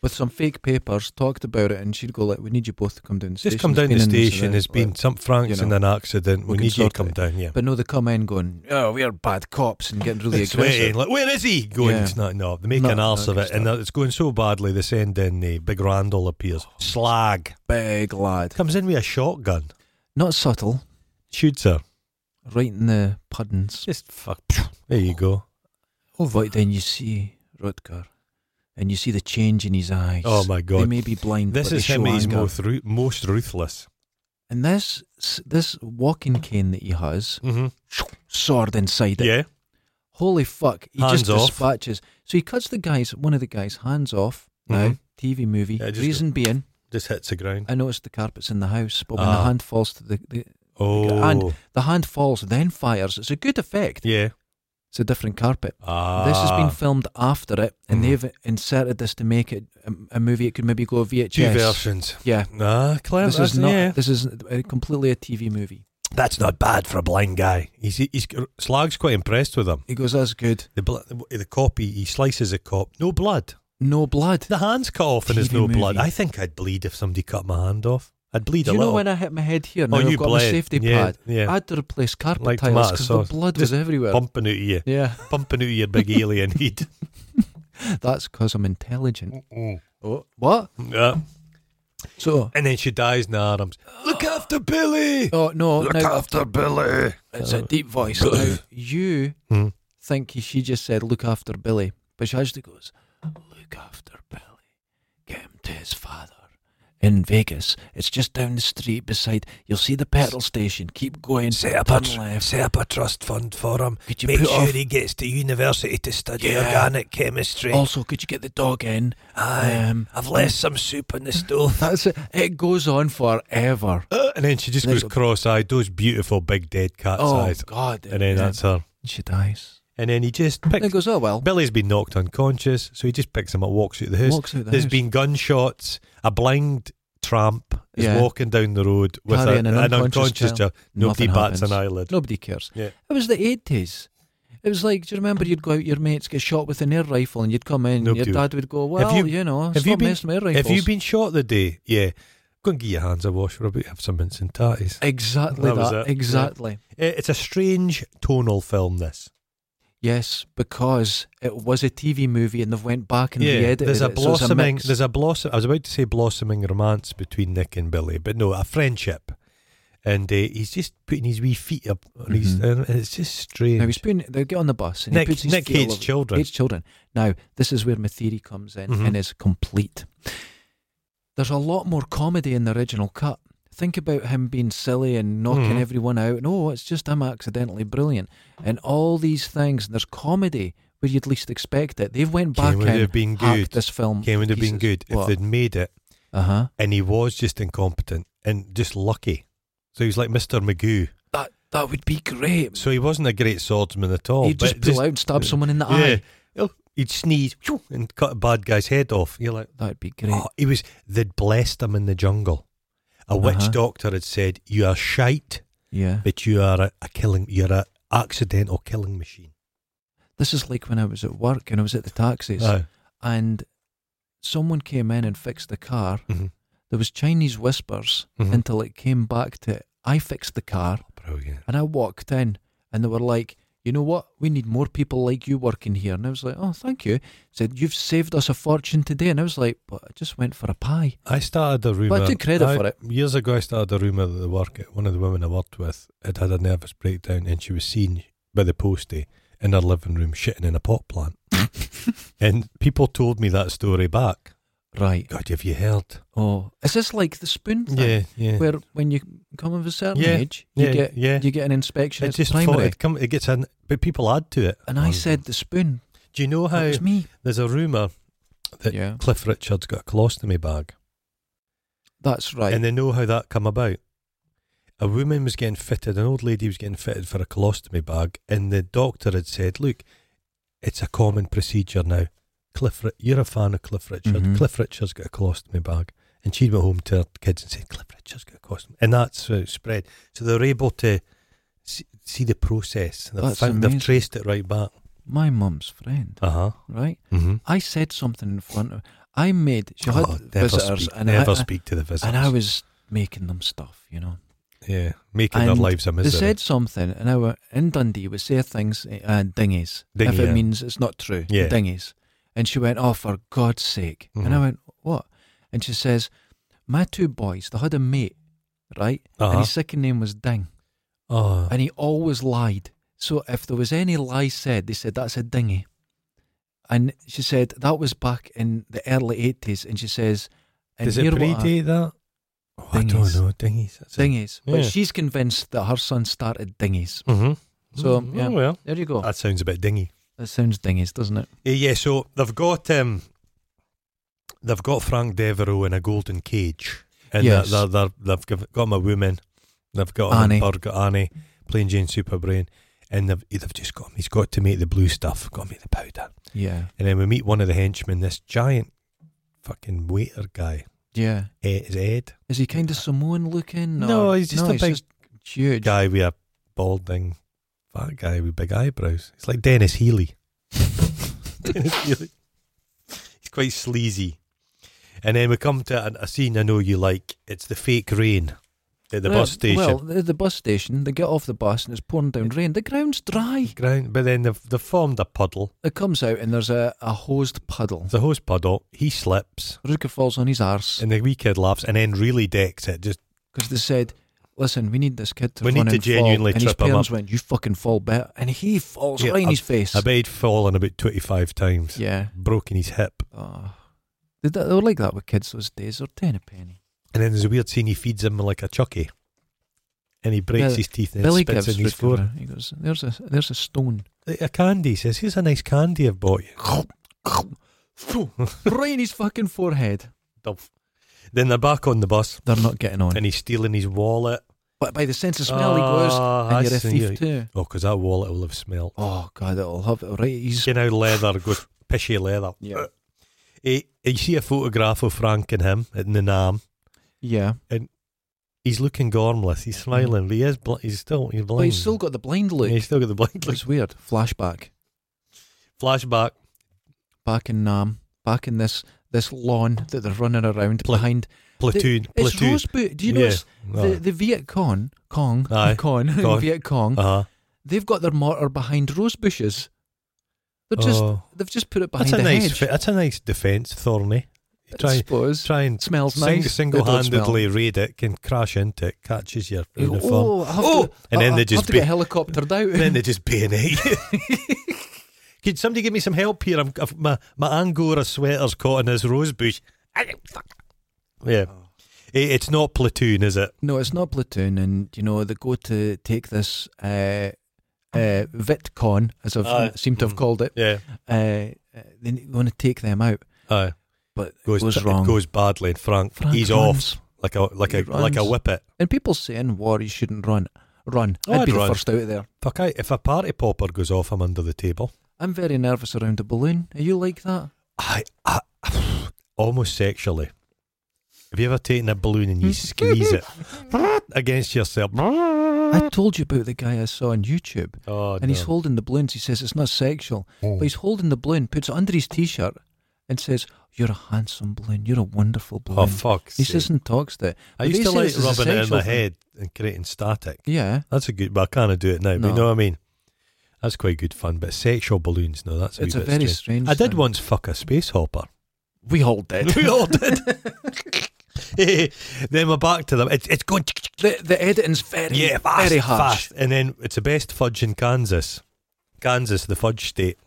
A: with some fake papers, talked about it, and she'd go like, "We need you both to come down the station."
B: Just come
A: There's
B: down
A: been
B: the
A: an
B: station.
A: incident,"
B: There's been
A: like-
B: some Frank's
A: you know,
B: in an accident.
A: we
B: We,
A: can
B: need you to
A: sort
B: come
A: it.
B: down. Yeah.
A: But no, they come in going, "Oh, we are bad cops," and getting really
B: It's sweating,
A: aggressive.
B: like where is he going?
A: Yeah.
B: It's not no. They make
A: No,
B: an arse
A: no,
B: of it,
A: it's
B: and
A: not.
B: it's going so badly. They send in the big Randall appears. Slag
A: Big lad,
B: comes in with a shotgun,
A: not subtle,
B: shoots her.
A: right in the puddings.
B: Just fuck. There you go. Oh,
A: But then you see Rutger, and you see the change in his eyes.
B: Oh my
A: They
B: god.
A: may be blind.
B: This
A: but they
B: is him.
A: show
B: at his
A: anger.
B: most ru- most ruthless.
A: And this this walking cane that he has,
B: Mm-hmm.
A: sword inside it.
B: Yeah.
A: Holy fuck! He
B: Hands
A: just
B: off.
A: dispatches. So he cuts the guy's one of the guys' hands off. Now
B: Mhm.
A: TV movie.
B: Yeah, just
A: Reason being,
B: Just hits the ground.
A: I noticed the carpet's in the house, but when the
B: Ah.
A: hand falls to the, the
B: Oh.
A: And- the hand falls, then fires. It's a good effect.
B: yeah.
A: It's a different carpet.
B: Ah.
A: This has been filmed after it, and
B: Mhm.
A: they've inserted this to make it a, a movie. It could maybe go VHS.
B: two versions.
A: Yeah.
B: Ah, clever.
A: This is
B: that's-
A: not.
B: yeah.
A: This is uh, completely a TV movie.
B: That's not bad for a blind guy. He's he's Slag's quite impressed with him.
A: He goes, "That's good.
B: The bl- the cop he, he slices a cop. No blood.
A: No blood."
B: The hand's cut off and there's
A: TV
B: no blood.
A: movie.
B: I think I'd bleed if somebody cut my hand off. I'd bleed
A: Do
B: a
A: you know
B: little.
A: when I hit my head here? Now
B: oh,
A: I've
B: you
A: got
B: bled.
A: my safety
B: yeah,
A: pad. I
B: Yeah.
A: had to replace carpet
B: Like
A: tiles
B: tomato
A: because the
B: sauce.
A: blood
B: Just
A: was everywhere.
B: Pumping out of you,
A: Yeah,
B: pumping out of your big alien head. Mm,
A: that's because I'm intelligent. Oh, what?
B: Yeah.
A: So,
B: And then she dies in the arms. Look after Billy.
A: oh no,
B: Look
A: now,
B: after Billy.
A: it's a deep voice. now, you
B: Hmm.
A: think he- she just said, "Look after Billy," but she actually goes, "Look after Billy. Get him to his father." In Vegas, it's just down the street beside. You'll see the petrol station. Keep going.
B: Set up,
A: turn
B: a, tr-
A: left.
B: set up a trust fund for him.
A: Could you
B: Make
A: put
B: sure
A: off-
B: he gets to university to study
A: Yeah.
B: organic chemistry.
A: Also, could you get the dog in?
B: Aye.
A: Um,
B: I've left some soup in the stove.
A: That's it. It goes on forever.
B: Uh, and then she just
A: And
B: goes
A: then-
B: cross-eyed, those beautiful big dead cat's
A: oh
B: eyes.
A: God!
B: And then that's her.
A: she dies.
B: And then he just
A: And it
B: picks.
A: goes, oh well.
B: Billy's been knocked unconscious, so he just picks him up, walks out the house.
A: Walks out the
B: There's
A: house.
B: been gunshots. A blind tramp is
A: Yeah.
B: walking down the road with a,
A: Carrying
B: an,
A: an unconscious
B: unconscious
A: child.
B: child. Nobody
A: Nothing
B: bats
A: happens.
B: an eyelid.
A: Nobody cares.
B: Yeah.
A: It was the eighties. It was like, do you remember you'd go out, your mates get shot with an air rifle, and you'd come in, and your
B: Nobody would.
A: dad would go, well, you,
B: you-
A: know,
B: have
A: stop
B: you been-
A: messing with air rifles.
B: Have you been shot the day? Yeah. Go and get your hands a wash, Robbie. Have some mints and tatties.
A: Exactly
B: That was
A: that.
B: it.
A: Exactly.
B: Eh, It's a strange tonal film, this.
A: Yes, because it was a TV movie, and they've went back and
B: yeah,
A: re-edited
B: there's a
A: it. so it's
B: blossoming.
A: mix.
B: there's a blossom. I was about to say blossoming romance between Nick and Billy, but no, a friendship. And uh, he's just putting his wee feet up, on his,
A: Mhm.
B: and it's just strange.
A: Now he's putting, they get on the bus, and
B: Nick,
A: he puts his
B: Nick
A: feet all
B: hates
A: over-
B: children.
A: Hates children. Mm-hmm. Now, this is where my theory comes in
B: Mhm.
A: and is complete. There's a lot more comedy in the original cut. Think about him being silly and knocking
B: Mhm.
A: everyone out, and oh, it's just I'm accidentally brilliant, and all these things. And there's comedy where you'd least expect it. They've went
B: Okay,
A: back
B: would it
A: and
B: have been
A: hacked
B: good?
A: this film.
B: Okay, would have been good if they'd made it,
A: Uh huh.
B: and he was just incompetent and just lucky. So he was like Mr. Magoo.
A: That that would be great.
B: So he wasn't a great swordsman at all.
A: He'd
B: but
A: just pull out and stab someone in the
B: yeah,
A: eye.
B: Oh, he'd sneeze phew, and cut a bad guy's head off. You're like,
A: That'd be great.
B: oh, he was. They'd blessed him in the jungle. A witch
A: Uh-huh.
B: doctor had said, "You are shite,
A: yeah.
B: but you are a, a killing. You're a accidental killing machine."
A: This is like when I was at work and I was at the taxis.
B: Aye.
A: and someone came in and fixed the car.
B: Mhm.
A: There was Chinese whispers
B: Mhm.
A: until it came back to I fixed the car,
B: Brilliant.
A: and I walked in, and they were like, "You know what? We need more people like you working here." And I was like, "Oh, thank you." Said you've saved us a fortune today, and I was like, "But I just went for a pie."
B: I started a rumor.
A: took credit for it.
B: years ago. I started a rumor that the work one of the women I worked with had had a nervous breakdown, and she was seen by the postie in her living room shitting in a pot plant. and people told me that story back.
A: Right.
B: God, have you heard?
A: Oh, is this like the spoon thing?
B: Yeah, yeah.
A: Where when you come of a certain
B: Yeah,
A: age, you
B: yeah,
A: get
B: yeah.
A: you get an inspection.
B: it
A: It's
B: just
A: primary.
B: fo- it, come, it gets in, but people add to it.
A: and I said the spoon.
B: "Do you know
A: That
B: how
A: was me.
B: there's a rumor that
A: Yeah.
B: Cliff Richard's got a colostomy bag,
A: That's right.
B: and they know how that come about." A woman was getting fitted, an old lady was getting fitted for a colostomy bag, and the doctor had said, "Look, it's a common procedure now. Cliff, Ri- you're a fan of Cliff Richard.
A: Mhm.
B: Cliff Richard's got a colostomy bag. And she went home to her kids and said, Cliff Richard's got a colostomy. And that's how it spread. So they were able to see, see the process. They've,
A: That's
B: found, they've
A: amazing. Uh-huh.
B: traced it right back.
A: My mum's friend,
B: Uh huh.
A: right?
B: Mm-hmm. Oh,
A: I said something in front of I made, she had
B: never
A: visitors,
B: speak,
A: and,
B: never
A: I,
B: speak to the visitors.
A: and I was making them stuff, you know.
B: yeah, making their
A: and
B: lives a misery.
A: They said something, and I went, in Dundee, we say things, uh, dinghies, if
B: Dinghy,
A: it
B: yeah.
A: means it's not true,
B: Yeah.
A: dinghies. And she went, oh, for God's sake. And I
B: Mhm.
A: went, what? And she says, my two boys, they had a mate, right? And
B: Uh-huh.
A: his second name was Ding.
B: oh,
A: And he always lied. So if there was any lie said, they said, that's a dinghy. And she said, that was back in the early 80s. And she says, and
B: does it
A: here what I-
B: predate that? Oh, I don't
A: Dinghies.
B: know. Dinghies. That's
A: Dinghies. But
B: Yeah.
A: she's convinced that her son started dinghies.
B: Mm-hmm.
A: So, yeah.
B: oh, well,
A: There you go.
B: that sounds a bit dingy.
A: That sounds dingies, doesn't it?
B: Eh, Yeah, so they've got um, they've got Frank Devereaux in a golden cage, and they're-
A: Yes.
B: they're, they're, they've giv- got him a woman, they've got him
A: Annie.
B: a burger, Annie, plain Jane Superbrain, and they've they've just got him. He's got to make the blue stuff, got to make the powder,
A: Yeah.
B: and then we meet one of the henchmen, this giant fucking waiter guy.
A: Yeah.
B: Eh, Is it Ed?
A: Is he kind of Samoan looking?
B: No,
A: or-
B: he's just a big
A: just huge.
B: Guy with a balding, fat guy with big eyebrows. It's like Dennis Healy. Dennis Healy. He's quite sleazy. And then we come to an, a scene I know you like. It's the fake rain at the
A: Well,
B: bus station.
A: Well, the, the bus station. They get off the bus and it's pouring down rain. The ground's dry.
B: Ground, but then they've, they've formed a puddle.
A: It comes out and there's a, a hosed puddle.
B: It's a hose puddle. He slips,
A: Rooker falls on his arse
B: and the wee kid laughs, and then really decks it. Just
A: because they said, "Listen, we need this kid to
B: We need
A: run
B: to
A: and fall."
B: genuinely
A: And his
B: trip him
A: parents
B: up.
A: went, "You fucking fall better," and he falls
B: Yeah,
A: right in
B: I-
A: his face.
B: I bet he'd fallen about twenty five times,
A: yeah.
B: broken his hip.
A: Oh. They, they were like that with kids those days. They're ten a penny.
B: And then there's a weird scene. He feeds him like a chucky, and he breaks
A: Yeah,
B: his teeth and
A: Billy
B: Billy
A: gives
B: spits in his
A: Rooker
B: forehead.
A: a- He goes, "There's a there's a stone."
B: Like a candy. He says, "Here's a nice candy I've bought you."
A: right in his fucking forehead.
B: Dumph. Then they're back on the bus,
A: They're not getting on.
B: and he's stealing his wallet.
A: But by the sense of smell, he goes,
B: Ah,
A: and you're a
B: that's-
A: thief
B: yeah.
A: too.
B: Oh, because that wallet will have smelt.
A: Oh god, it'll have it right. He's
B: You know, leather goes pishy leather.
A: Yeah.
B: Eh, you see a photograph of Frank and him at the Nam.
A: yeah.
B: He's looking gormless. He's smiling, but he is bl- he's still he's blind.
A: But Mm-hmm. he's still got the blind
B: Yeah,
A: look.
B: he's still got the blind. look.
A: It's weird. Flashback
B: Flashback.
A: back in
B: um,
A: Nam, back in this this lawn that they're running around
B: Pla-
A: behind.
B: Platoon.
A: It's
B: platoon. Oh.
A: Roseboot. Do you know notice the the Viet Cong Cong
B: Aye.
A: Con
B: Con.
A: Viet Cong?
B: uh huh.
A: They've got their mortar behind rose bushes. They're just
B: Oh.
A: they've just put it behind
B: That's a
A: the
B: nice.
A: hedge.
B: fi- That's a nice defence, Thorny. You
A: I
B: Try,
A: suppose.
B: try and
A: smells
B: sing,
A: nice. They don't smell.
B: single-handedly raid it, can crash into it, catches your uniform,
A: Oh, I have
B: Oh!
A: to,
B: And then
A: I-
B: they
A: I
B: just
A: have to
B: be-
A: get helicoptered out.
B: and then they just bayonet you. Could somebody give me some help here? I'm, I've, my my angora sweater's caught in this rose bush. Yeah,
A: Oh.
B: Eh, it's not platoon, is it?
A: No, it's not platoon, and you know they go to take this uh, uh, VitCon, as I've
B: Aye.
A: seem to have
B: Mm.
A: called it.
B: Yeah,
A: Uh, uh, they want to take them out,
B: aye.
A: but
B: Goes
A: it goes
B: t-
A: wrong.
B: Goes badly, and Frank,
A: Frank
B: he's
A: runs.
B: off like a like a
A: He
B: like a
A: runs.
B: whippet.
A: and people saying war, you shouldn't run. Run!
B: Oh,
A: I'd,
B: I'd
A: be
B: run.
A: the first out of there.
B: Fuck! I, if a party popper goes off, I'm under the table.
A: I'm very nervous around a balloon. Are you like that?
B: I, I almost sexually. Have you ever taken a balloon
A: Hmm?
B: and you squeeze it against yourself?
A: I told you about the guy I saw on YouTube,
B: Oh,
A: and he's holding the balloons. He says it's not sexual,
B: Oh.
A: but he's holding the balloon, puts it under his t-shirt, and says, "You're a handsome balloon. You're a wonderful balloon."
B: oh fuck!
A: He sits and talks to it.
B: I
A: But
B: used
A: they
B: to
A: say
B: like
A: this is a
B: rubbing it in my
A: sexual thing.
B: head and creating static.
A: Yeah.
B: That's a good, but I can't do it now. But you
A: No.
B: know what I mean? That's quite good fun. But sexual balloons, no, that's a
A: It's
B: wee
A: a
B: bit
A: very
B: strange.
A: strange
B: I did
A: thing.
B: once fuck a space hopper.
A: We all did.
B: we all did. then we're back to them. It's, it's going
A: the, the editing's very,
B: yeah, fast,
A: very harsh.
B: fast. And then it's the best fudge in Kansas. Kansas, the fudge state.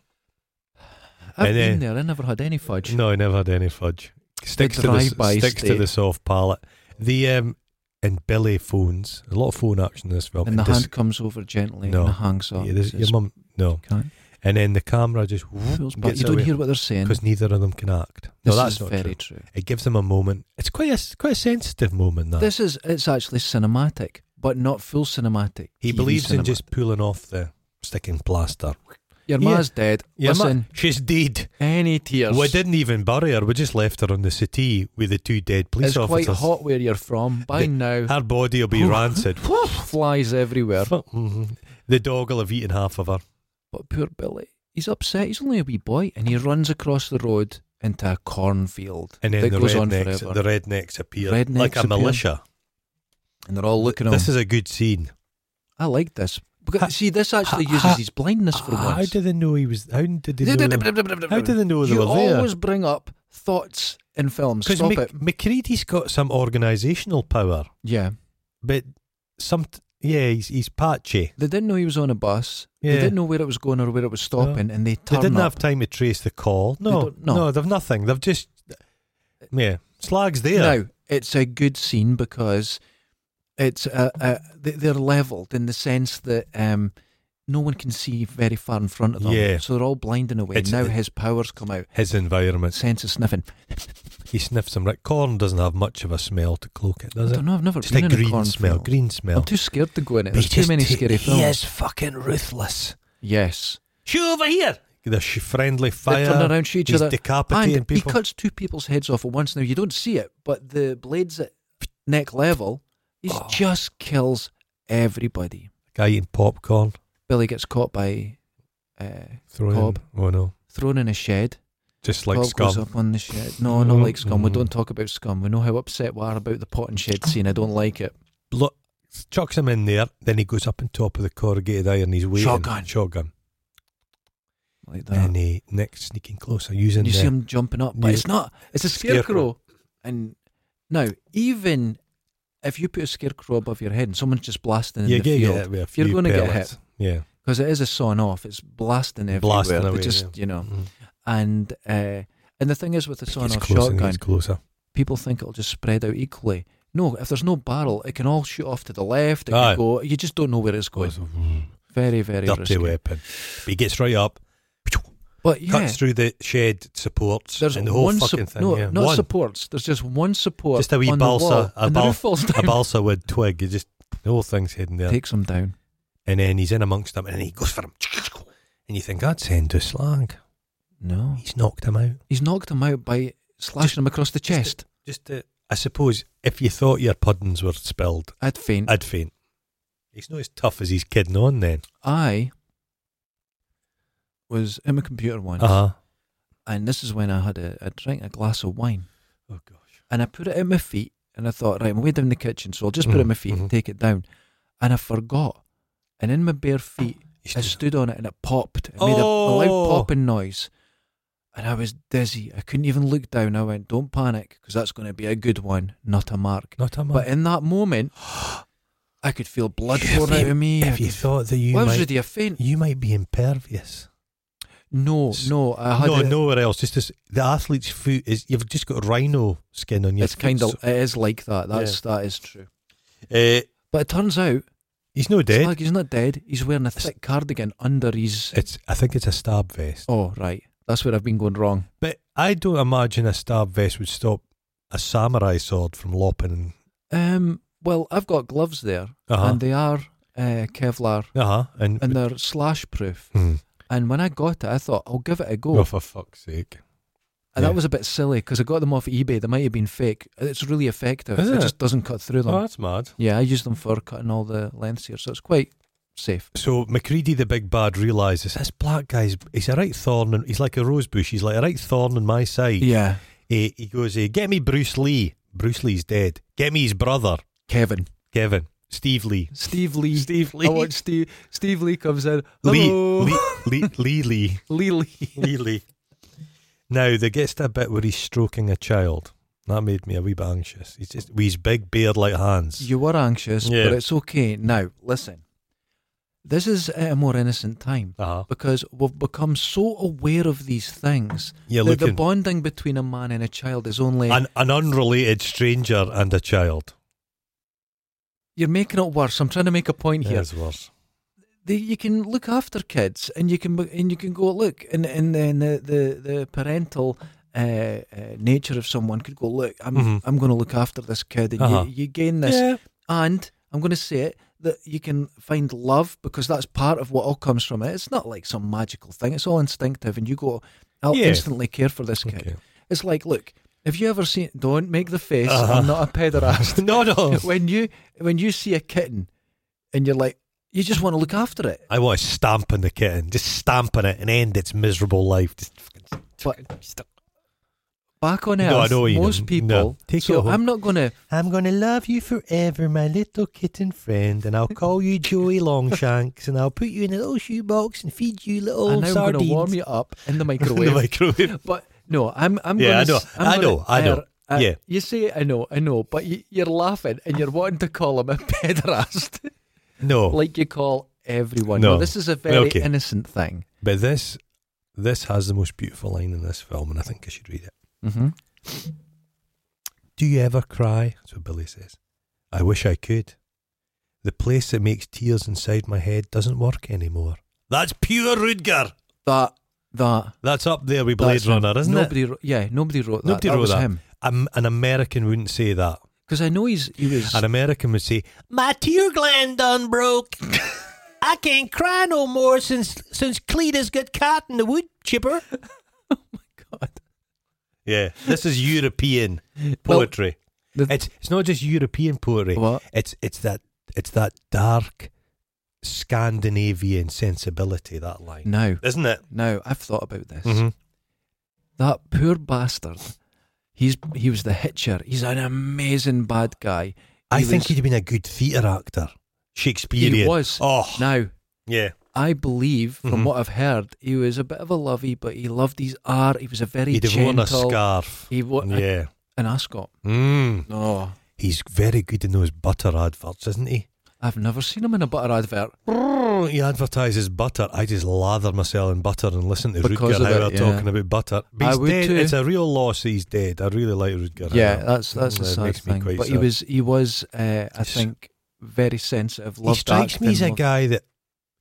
A: I've been
B: And then-
A: there. I never had any fudge.
B: No, I never had any fudge. Sticks to the
A: drive-by
B: sticks to
A: steak.
B: the soft palate. The um and Billy phones. A lot of phone action in this film.
A: and the
B: Dis-
A: hand comes over gently
B: No.
A: and it hangs up.
B: yeah, this-
A: It's-
B: your mum no.
A: can't-
B: And then the camera just
A: feels bad. You don't hear what they're saying.
B: because neither of them can act.
A: This
B: no, that's
A: is
B: not
A: very
B: true.
A: true.
B: It gives them a moment. It's quite a s- quite a sensitive moment. That
A: This is it's actually cinematic, but not full cinematic.
B: he
A: TV
B: believes in
A: cinematic.
B: just pulling off the sticking plaster.
A: Your
B: Yeah.
A: ma's dead.
B: Yeah, ma-
A: Listen,
B: she's dead.
A: any tears.
B: We didn't even bury her. We just left her on the settee with the two dead police
A: It's
B: officers.
A: quite hot where you're from. By
B: The-
A: now,
B: Her body will be rancid.
A: flies everywhere. mm-hmm.
B: Mhm. the dog will have eaten half of her.
A: But poor Billy, he's upset. He's only a wee boy, and he runs across the road into a cornfield
B: And then
A: that
B: the
A: goes on
B: rednecks,
A: forever.
B: the rednecks appear
A: Rednecks
B: like a
A: appear.
B: militia.
A: and they're all looking at
B: This
A: him.
B: is a good scene.
A: I like this because
B: Ha-
A: see, this actually
B: ha-
A: uses
B: ha-
A: his blindness for
B: Ah, How
A: once.
B: did they know he was? How did they know? they- how did they know they
A: you
B: were there?
A: always bring up thoughts in films.
B: Because
A: Stop
B: Mc,
A: it.
B: McCready's got some organisational power,
A: Yeah,
B: but some yeah, he's, he's patchy.
A: they didn't know he was on a bus.
B: Yeah.
A: They didn't know where it was going or where it was stopping, and they
B: They
A: turned
B: didn't
A: up.
B: have time to trace the call. No,
A: don't-
B: no,
A: no.
B: they've nothing. They've just yeah, slags there.
A: Now it's a good scene because it's uh, uh, they- they're leveled in the sense that um, no one can see very far in front of them.
B: Yeah.
A: So they're all blind in a way.
B: It's-
A: now
B: it-
A: his powers come out.
B: His environment.
A: Sense of sniffing.
B: He sniffs some. Rick corn doesn't have much of a smell to cloak it,
A: I
B: does it?
A: don't know. I've never
B: Just
A: been
B: a
A: in a
B: green
A: cornfield.
B: smell. Green
A: I'm
B: smell.
A: too scared to go in it. There's too many scary films.
B: fucking ruthless.
A: Yes.
B: Shoot over here. The sh- friendly
A: They turn
B: fire.
A: around, shoot each
B: He's
A: other.
B: decapitating
A: And he
B: people.
A: cuts two people's heads off at once. Now you don't see it, but the blades at neck level, he
B: Oh.
A: just kills everybody.
B: Guy eating popcorn.
A: Billy gets caught by uh,
B: Throwing.
A: Bob.
B: Oh no.
A: thrown in a shed.
B: Just like
A: Bob
B: scum.
A: goes up on the shed. No, not like scum. We
B: Mm.
A: don't talk about scum. We know how upset we are about the pot and shed scene. I don't like it.
B: Look, chucks him in there. Then he goes up on top of the corrugated iron. He's waiting.
A: Shotgun.
B: Shotgun.
A: Like that.
B: And he Nick sneaking closer using
A: And you see
B: the
A: him jumping up, but
B: Yeah.
A: it's not. It's a
B: Scarecrow.
A: scarecrow. And now, even if you put a scarecrow above your head and someone's just blasting in
B: you
A: the
B: get
A: field,
B: hit with a
A: you're
B: few
A: gonna get
B: pellets. Yeah.
A: because it is a sawn off, it's blasting everywhere.
B: Blasting
A: They
B: away,
A: just,
B: yeah.
A: you know,
B: Mm.
A: and uh, and the thing is with the sawn
B: Gets
A: off
B: closer. and
A: shotgun,
B: Gets closer.
A: people think it'll just spread out equally. No, if there's no barrel, it can all shoot off to the left. It
B: Aye.
A: can go. You just don't know where it's going.
B: Goes, mm,
A: Very, very
B: dirty
A: risky.
B: weapon. But he gets right up.
A: But yeah,
B: Cuts through the shed supports
A: there's
B: and the whole
A: one
B: fucking
A: support.
B: thing.
A: no,
B: yeah.
A: not
B: One.
A: supports. There's just one support.
B: Just a wee
A: on
B: balsa-
A: the wall,
B: a
A: and
B: bal-
A: the roof falls
B: a
A: down.
B: balsa wood twig. You just the whole thing's heading there,
A: Takes him down.
B: and then he's in amongst them, and he goes for him, and you think that's end of slag.
A: No,
B: He's knocked him out.
A: he's knocked him out by slashing him across the
B: just a-
A: chest.
B: Just, to, I suppose, if you thought your puddings were spilled,
A: I'd faint.
B: I'd faint. He's not as tough as he's kidding on then.
A: I was in my computer once,
B: Uh huh.
A: and this is when I had a, a drink, a glass of wine,
B: Oh gosh.
A: and I put it at my feet, and I thought, right, I'm way down the kitchen, so I'll just put it at my feet
B: Mhm.
A: and take it down, and I forgot, and in my bare feet, I stood on it and it popped. It made a, a
B: Oh.
A: loud popping noise. And I was dizzy. I couldn't even look down. I went, don't panic, because that's going to be a good one, not a mark.
B: not a
A: But uh,
B: man.
A: in that moment, I could feel blood
B: If
A: pouring out
B: you-
A: of me. I
B: If you
A: could-
B: thought that you
A: Well, I was
B: might,
A: ready to faint.
B: you might be impervious.
A: No,
B: S-
A: no. I had
B: No,
A: a-
B: nowhere else. Just this, the athlete's foot is. You've just got rhino skin on your.
A: It's
B: foot,
A: kind of,
B: so-
A: it is like that. That's That is true.
B: Uh,
A: But it turns out,
B: he's no dead.
A: Slag, he's not dead. He's wearing a thick cardigan under his.
B: It's. I think it's a stab vest.
A: Oh, right. That's where I've been going wrong.
B: But I don't imagine a stab vest would stop a samurai sword from lopping.
A: Um. Well, I've got gloves there,
B: Uh-huh.
A: and they are uh, Kevlar.
B: Uh huh. And,
A: and they're slash proof.
B: Hmm.
A: And when I got it, I thought I'll give it a go.
B: oh, for fuck's sake!
A: and
B: yeah.
A: that was a bit silly because I got them off eBay. They might have been fake. It's really effective.
B: Is
A: it,
B: it?
A: just doesn't cut through them.
B: Oh, that's mad.
A: yeah, I use them for cutting all the lengths here, so it's quite safe.
B: So McCready, the big bad, realizes this black guy's. He's a right thorn. In, he's like a rose bush. He's like a right thorn on my side.
A: Yeah,
B: He, he goes, eh, "Get me Bruce Lee. Bruce Lee's dead. Get me his brother,
A: Kevin,
B: Kevin, Steve Lee."
A: Steve Lee.
B: Steve Lee.
A: I watch Steve. Steve Lee comes in.
B: Lee,
A: Hello,
B: Lee, Lee, Lee, Lee,
A: Lee. Lee.
B: Lee, Lee. Now there gets to a bit where he's stroking a child. That made me a wee bit anxious. He's just with his big beard like hands.
A: You were anxious,
B: Yeah.
A: but it's okay. Now listen, this is a more innocent time
B: Uh-huh.
A: because we've become so aware of these things
B: You're
A: that the
B: looking
A: bonding between a man and a child is only
B: an, an unrelated stranger and a child.
A: you're making it worse. I'm trying to make a point here.
B: It's worse.
A: The, you can look after kids, and you can and you can go look, and and then the the, the parental. Uh, uh, nature of someone could go look. I'm
B: Mhm.
A: I'm going to look after this kid, and
B: Uh-huh.
A: you, you gain this,
B: Yeah.
A: and I'm going to say it. that you can find love because that's part of what all comes from it. It's not like some magical thing. It's all instinctive, and you go, I'll
B: Yeah.
A: instantly care for this kid.
B: Okay.
A: It's like, look, have you ever seen? Don't make the face.
B: Uh-huh.
A: I'm not a pederast.
B: no, no.
A: when you when you see a kitten, and you're like, you just want to look after it.
B: I want to stamp on the kitten, just stamp on it and end its miserable life. Just fucking
A: But back on Earth,
B: No, I know what you
A: most
B: mean.
A: people.
B: No. Take it
A: so
B: home.
A: I'm not going to.
B: I'm going to love you forever, my little kitten friend, and I'll call you Joey Longshanks, and I'll put you in a little shoebox and feed you little
A: And now I'm going
B: sardines.
A: to warm you up in the
B: in
A: microwave.
B: the microwave.
A: But no, I'm. I'm
B: Yeah,
A: gonna,
B: I know.
A: s- I'm
B: I
A: gonna-
B: know. I know.
A: uh,
B: Yeah.
A: You say I know, I know, but you, you're laughing and you're wanting to call him a pederast,
B: No,
A: like you call everyone.
B: Oh. No.
A: this is a very
B: Okay.
A: innocent thing.
B: but this this has the most beautiful line in this film, and I think I should read it.
A: Mm-hmm.
B: Do you ever cry? That's what Billy says. I wish I could. The place that makes tears inside my head doesn't work anymore. That's pure Rudger.
A: That that
B: That's up there with Blade
A: that's-
B: Runner, isn't it?
A: nobody, it? yeah, nobody wrote that.
B: Nobody
A: that
B: wrote
A: was
B: that.
A: him
B: Am- an American wouldn't say that.
A: because I know he's he was.
B: An American would say, "My tear gland done broke. I can't cry no more since since Cleta's got caught in the wood chipper."
A: God.
B: Yeah, this is European
A: Well,
B: poetry.
A: the-
B: it's it's not just European poetry.
A: What?
B: It's it's that it's that dark Scandinavian sensibility. That line,
A: Now,
B: isn't it?
A: now I've thought about this.
B: Mhm.
A: That poor bastard. He's he was the hitcher. He's an amazing bad guy.
B: I
A: He
B: think
A: was-
B: he'd have been a good theatre actor. Shakespearean.
A: He was.
B: Oh,
A: Now
B: yeah.
A: I believe, from
B: Mhm.
A: what I've heard, he was a bit of a lovey, but he loved his art. He was a very
B: He'd have worn
A: gentle.
B: a scarf.
A: He Hmm. wore a-
B: yeah.
A: an ascot.
B: Mm.
A: No,
B: He's very good in those butter adverts, isn't he?
A: I've never seen him in a butter advert.
B: He advertises butter. I just lather myself in butter and listen to
A: Because
B: Rutger
A: of
B: Hauer
A: it, yeah.
B: talking about butter. But
A: I
B: he's
A: would
B: dead.
A: too.
B: It's a real loss he's dead. I really like Rutger
A: yeah,
B: Hauer.
A: that's that's a
B: uh, That
A: sad
B: makes me
A: thing.
B: quite
A: But he
B: sad.
A: was he was, uh, I
B: He's-
A: think, very sensitive.
B: He
A: Loved
B: strikes me
A: acting,
B: as a
A: loved-
B: guy that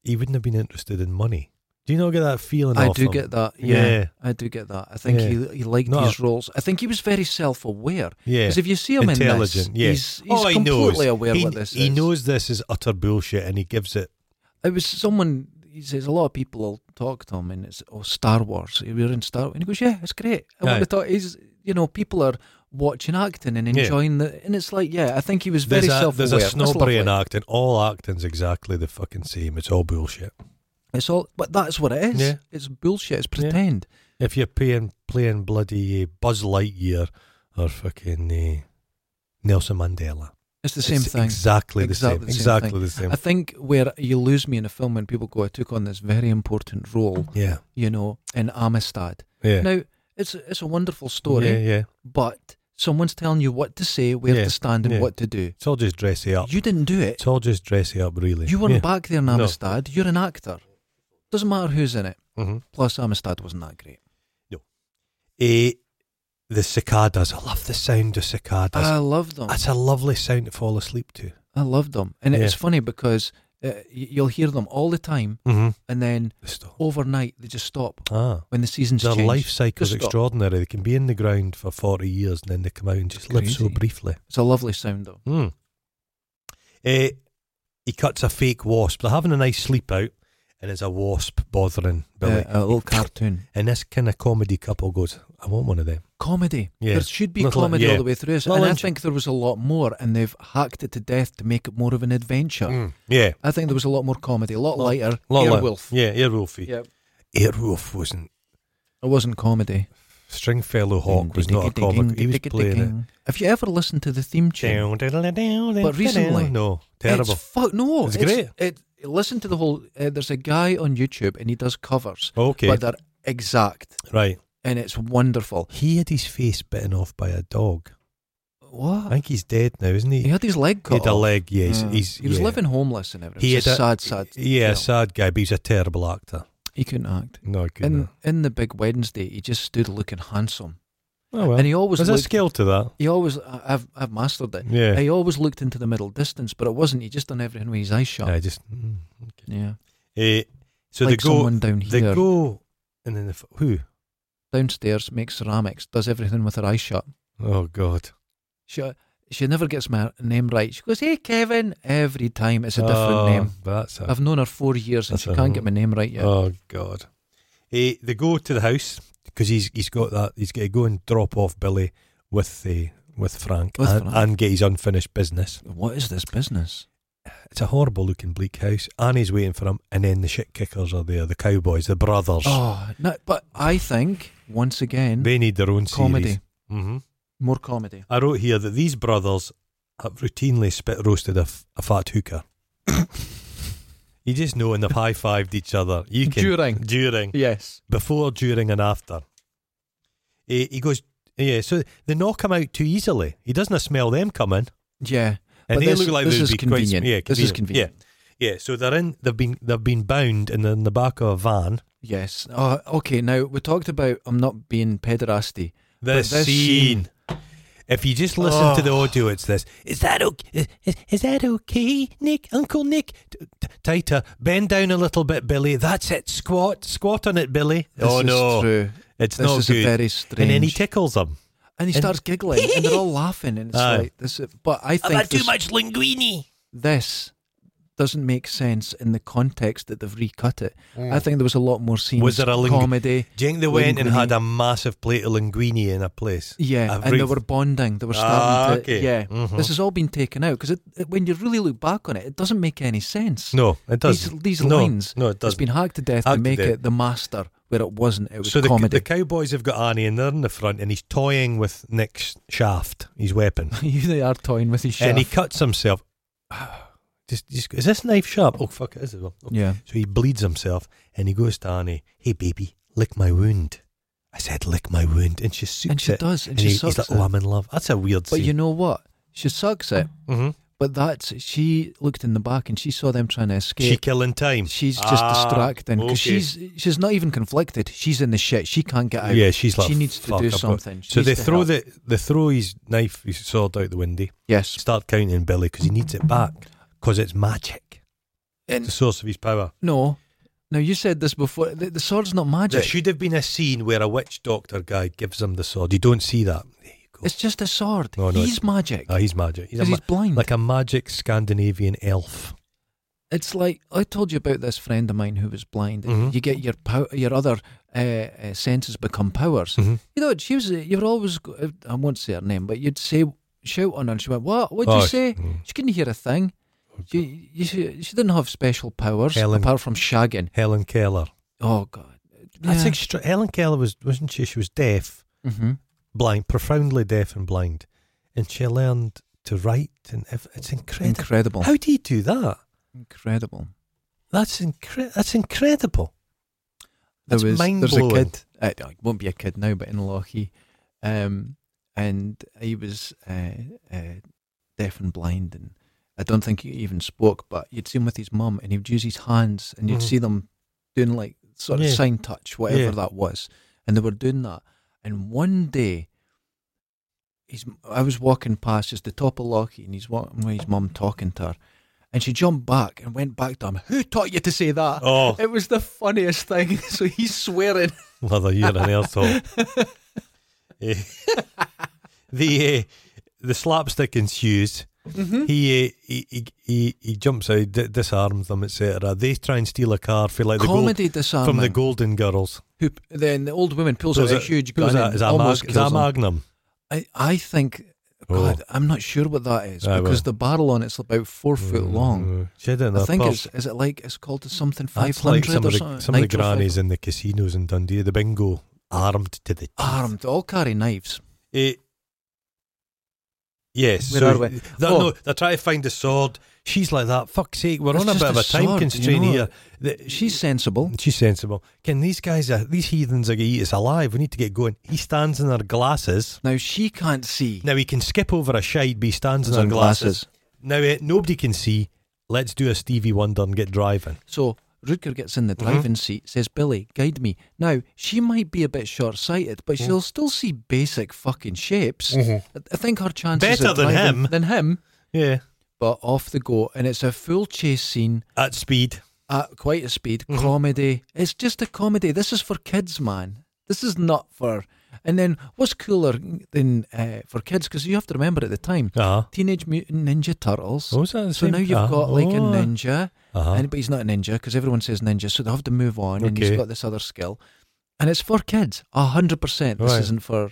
B: he wouldn't have been interested in money. Do you not get that feeling
A: I
B: off
A: do
B: him?
A: get that. Yeah,
B: Yeah.
A: I do get that. I think
B: Yeah.
A: he he liked
B: No.
A: these roles. I think he was very self aware.
B: Yeah.
A: Because if you see him
B: Intelligent,
A: in this,
B: yeah.
A: he's, he's
B: oh, he knows.
A: completely aware
B: he,
A: what this
B: he
A: is.
B: knows this is utter bullshit and he gives it.
A: It was someone. He says a lot of people will talk to him, and it's oh Star Wars. We were in Star, and he goes, "Yeah, it's great." I
B: Aye.
A: want to talk. He's you know people are watching acting and
B: Yeah.
A: enjoying the, and it's like yeah, I think he was very
B: There's a,
A: self-aware.
B: there's a
A: That's
B: snobbery in
A: lovely.
B: acting. All acting's exactly the fucking same. It's all bullshit.
A: It's all, but that's what it is.
B: Yeah.
A: It's bullshit. It's pretend.
B: If you're playing playing bloody uh, Buzz Lightyear or fucking uh, Nelson Mandela,
A: It's the same
B: it's
A: thing.
B: Exactly the
A: Exactly
B: same.
A: the same
B: Exactly
A: thing.
B: the same.
A: I think where you lose me in a film when people go, I took on this very important role,
B: yeah,
A: you know, in Amistad.
B: yeah,
A: Now it's it's a wonderful story,
B: yeah, yeah.
A: but someone's telling you what to say, where
B: Yeah.
A: to stand, and
B: Yeah.
A: what to do.
B: It's all just dressy up.
A: You didn't do it.
B: It's all just dressy up, really.
A: You weren't
B: yeah.
A: back there in
B: No.
A: Amistad. You're an actor. Doesn't matter who's in it.
B: hmm
A: Plus, Amistad wasn't that great.
B: Eh, the cicadas. I love the sound of cicadas.
A: I loved them.
B: That's a lovely sound to fall asleep to.
A: I loved them, and it's
B: Yeah.
A: funny because uh, y- you'll hear them all the time,
B: Mm-hmm.
A: and then
B: Stop.
A: overnight they just stop
B: Ah.
A: when the seasons
B: Their
A: change.
B: life cycle's
A: Just stop.
B: extraordinary. They can be in the ground for 40 years and then they come out and just
A: It's
B: live so
A: crazy.
B: briefly.
A: It's a lovely sound though.
B: Hmm. Eh, he cuts a fake wasp. They're having a nice sleep out, and there's a wasp bothering Billy.
A: Uh, a little cartoon
B: and this kind of comedy couple goes, "I want one of them."
A: comedy.
B: Yeah.
A: There should be
B: Little-
A: comedy
B: yeah.
A: all the way through. this,
B: Little
A: and I
B: inch-
A: think there was a lot more, and they've hacked it to death to make it more of an adventure.
B: Mm, Yeah,
A: I think there was a lot more comedy, a lot
B: Lot-
A: lighter.
B: Lot like-
A: Airwolf.
B: Yeah, Earwolfy.
A: Yeah.
B: Earwolf wasn't.
A: It wasn't comedy.
B: Stringfellow Hawk was not a comic. He was playing
A: Have you ever listened to the theme tune?
B: it.
A: But recently-
B: no, terrible.
A: It's fu- no,
B: It's great.
A: It, listen to the whole. Uh, there's a guy on YouTube and he does covers,
B: Okay,
A: but uh, they're exact
B: right.
A: and it's wonderful.
B: He had his face bitten off by a dog. I
A: What?
B: think he's dead now, isn't he?
A: He had his leg
B: He
A: cut.
B: had a
A: off.
B: leg. Yeah, he's,
A: Yeah.
B: he's
A: he was
B: yeah.
A: living homeless and everything.
B: He
A: He was a sad,
B: had
A: sad.
B: Yeah,
A: you know.
B: sad guy, but he's a terrible actor.
A: He couldn't act.
B: No, I couldn't.
A: In in the big Wednesday, he just stood looking handsome,
B: oh well.
A: and he always
B: There's a
A: looked.
B: skill to that.
A: He always. I- I've I've mastered it.
B: Yeah.
A: He always looked into the middle distance, but it wasn't. He just done everything with his eyes shut.
B: I just. Mm, okay.
A: Yeah.
B: Eh, so
A: like
B: they go.
A: someone down
B: They
A: here
B: go, and then the f- who?
A: downstairs makes ceramics, does everything with her eyes shut.
B: Oh God.
A: She, She never gets my name right. She goes, "Hey, Kevin," every time. It's a different
B: Oh,
A: name.
B: That's a,
A: I've known her four years and
B: That's
A: she
B: a-
A: can't get my name right yet.
B: Oh God. Eh, they go to the house because he's he's got that he's got to go and drop off Billy with the with Frank
A: With
B: and,
A: Frank.
B: and get his unfinished business.
A: what is this business?
B: It's a horrible looking bleak house. Annie's waiting for him, and then the shit kickers are there, the cowboys, the brothers.
A: Oh, no, but I think once again,
B: They need their own
A: comedy,
B: hmm
A: more comedy.
B: I wrote here that these brothers have routinely spit roasted a, f- a fat hooker. you just know, and they've high fived each other. You can
A: During.
B: during
A: Yes.
B: before, during, and after. He, he goes, yeah. So they knock him out too easily. He doesn't smell them coming,
A: Yeah.
B: and
A: But
B: they
A: this-
B: look like
A: this
B: they'd
A: is
B: be
A: convenient.
B: Quite, yeah,
A: This is
B: Yeah, yeah. So they're in. They've been. They've been bound, and they're in the back of a van.
A: Yes. Oh, okay. Now we talked about I'm not being pederasty.
B: This,
A: this
B: scene. If you just listen to the
A: Oh.
B: audio, it's this. Is that okay? Is, is that okay, Nick? Uncle Nick, T- t- tighter. Bend down a little bit, Billy. That's it. Squat. Squat on it, Billy.
A: This
B: oh
A: is
B: no,
A: true.
B: it's
A: This
B: not
A: is
B: good.
A: very strange.
B: and then he tickles him.
A: And he
B: and-
A: starts giggling, and they're all laughing, and it's
B: Aye.
A: like this. is- But I think this,
B: much linguini.
A: this doesn't make sense in the context that they've recut it. I think there was a lot more scenes.
B: Was there a lingu-
A: comedy?
B: Do you think they went and
A: Linguini.
B: had a massive plate of linguini in a place?
A: Yeah,
B: I've
A: and they
B: read-
A: were bonding. They were
B: Ah,
A: starting to.
B: okay.
A: Yeah,
B: Mhm.
A: this has all been taken out because it, it, when you really look back on it, it doesn't make any sense.
B: No,
A: These-
B: it doesn't.
A: these
B: no,
A: lines,
B: No, it
A: it's
B: doesn't.
A: been hacked to death to
B: Hacked to
A: make
B: death.
A: it the master where it wasn't. It was
B: so the,
A: comedy.
B: the cowboys have got Annie and they're in the front and he's toying with Nick's shaft, his weapon.
A: they are toying with his shaft.
B: And he cuts himself. Just, just, is this knife sharp? Oh, fuck, it is. as well. Okay.
A: yeah.
B: So he bleeds himself and he goes to Annie, hey, baby, lick my wound. I said, lick my wound. And she sucks
A: And she
B: it.
A: does, and
B: And
A: she
B: he-
A: sucks
B: he's like,
A: it.
B: oh, I'm in love. That's a weird
A: But
B: scene.
A: you know what? She sucks it.
B: Mhm.
A: But that's she looked in the back and she saw them trying to
B: She
A: escape.
B: killing time.
A: she's just
B: Ah,
A: distracting because
B: okay.
A: she's she's not even conflicted. She's in the shit. She can't get out.
B: Yeah, she's like
A: she needs to
B: "Fuck,
A: do
B: I've got-"
A: something. She
B: So
A: needs
B: they
A: to
B: throw
A: help.
B: the they throw his knife, his sword out the window.
A: yes.
B: Start counting Billy because he needs it back because it's magic.
A: And-
B: It's the source of his power.
A: No. Now you said this before. The, the sword's not
B: There
A: magic.
B: should have been a scene where a witch doctor guy gives him the sword. You don't see that. There you go.
A: it's just a sword.
B: No, no,
A: he's
B: it's-
A: magic.
B: Ah, he's magic. He's, a
A: 'Cause
B: ma-
A: he's blind.
B: like a magic Scandinavian elf.
A: it's like I told you about this friend of mine who was blind.
B: Mhm.
A: You get your pow- your other uh, uh, senses become powers.
B: Mhm.
A: You know, she was. You were always. go- uh, I won't say her name, but you'd say shout on her, and she went, "What? What'd
B: Oh,
A: you
B: she-
A: say?"
B: mm.
A: She couldn't hear a thing. She, you, she, she didn't have special powers
B: Helen-
A: apart from shagging.
B: Helen Keller.
A: Oh God,
B: That's extra. Helen Keller was wasn't she? She was deaf,
A: hmm
B: blind, profoundly deaf and blind, and she learned to write and ev- it's incredible.
A: incredible,
B: How do you do that?
A: incredible.
B: That's incre- That's incredible.
A: There
B: That's
A: was there's a
B: mind-blowing.
A: kid. Uh, no, he won't be a kid now, but in Lochie, um, and he was uh, uh, deaf and blind, and I don't think he even spoke. But you'd see him with his mum, and he would use his hands, and you'd
B: Mhm.
A: see them doing like sort of
B: Yeah.
A: sign touch, whatever
B: Yeah.
A: that was, and they were doing that. And one day, he's I was walking past just the top of Lochie, and he's walking with his mum talking to her, and she jumped back and went back to him. Who taught you to say that?
B: Oh,
A: It was the funniest thing. So he's swearing.
B: mother, you're an asshole. the uh, the slapstick ensues.
A: Mm-hmm.
B: He, uh, he he he he jumps out, d- disarms them, etc. They try and steal a car, feel like the gold,
A: Comedy disarmament.
B: from the Golden Girls.
A: Who, then the old woman pulls
B: Pulls
A: out a
B: out-
A: huge
B: Who's
A: gun
B: that?
A: and
B: Is that,
A: almost
B: mag- is that
A: kills him.
B: Magnum?
A: I, I think,
B: Oh.
A: God, I'm not sure what that is
B: Aye,
A: because
B: well.
A: the barrel on it's about
B: Oh.
A: four foot long.
B: Mm, She didn't.
A: I think it's, is it like, it's called something
B: That's
A: 500
B: like some
A: or
B: of the,
A: something?
B: some of the
A: Nitro
B: grannies
A: 500.
B: in the casinos in Dundee. The bingo armed to the teeth.
A: Armed, all carry knives.
B: Eh, yes.
A: Where
B: so
A: are we?
B: They're,
A: Oh.
B: no, they're trying to find the sword. She's like that. Fuck's sake, we're
A: It's
B: on a
A: just
B: bit of
A: a
B: a time
A: sword, you
B: constraint
A: know.
B: here. The-
A: She's sensible.
B: she's sensible. Can these guys, uh, these heathens, are going to eat us alive? We need to get going. He stands in her glasses.
A: Now she can't see.
B: Now he can skip over a shade, but he stands in
A: He's
B: her
A: on glasses.
B: glasses. Now eh, nobody can see. Let's do a Stevie Wonder and get driving.
A: So Rutger gets in the
B: Mm-hmm.
A: driving seat, says, Billy, guide me. Now, she might be a bit short sighted,
B: Mm-hmm.
A: but she'll still see basic fucking shapes. I- I think her chances
B: Better
A: of
B: than
A: driving-
B: him.
A: Than him,
B: Yeah,
A: but off the go. And it's a full chase scene
B: at speed.
A: at
B: Mm-hmm.
A: quite a speed. Comedy. It's just a comedy. This is for kids, man. This is not for And then what's cooler than uh, for kids? Because you have to remember at the time,
B: Uh-huh.
A: Teenage Mutant Ninja Turtles.
B: Oh, was that the
A: so
B: same?
A: now you've
B: Ah,
A: got like a
B: oh,
A: ninja,
B: Uh-huh.
A: and, but he's not a ninja because everyone says ninja, so they have to move on, and he's
B: Okay.
A: got this other skill, and it's for kids, hundred percent. This
B: Right.
A: isn't for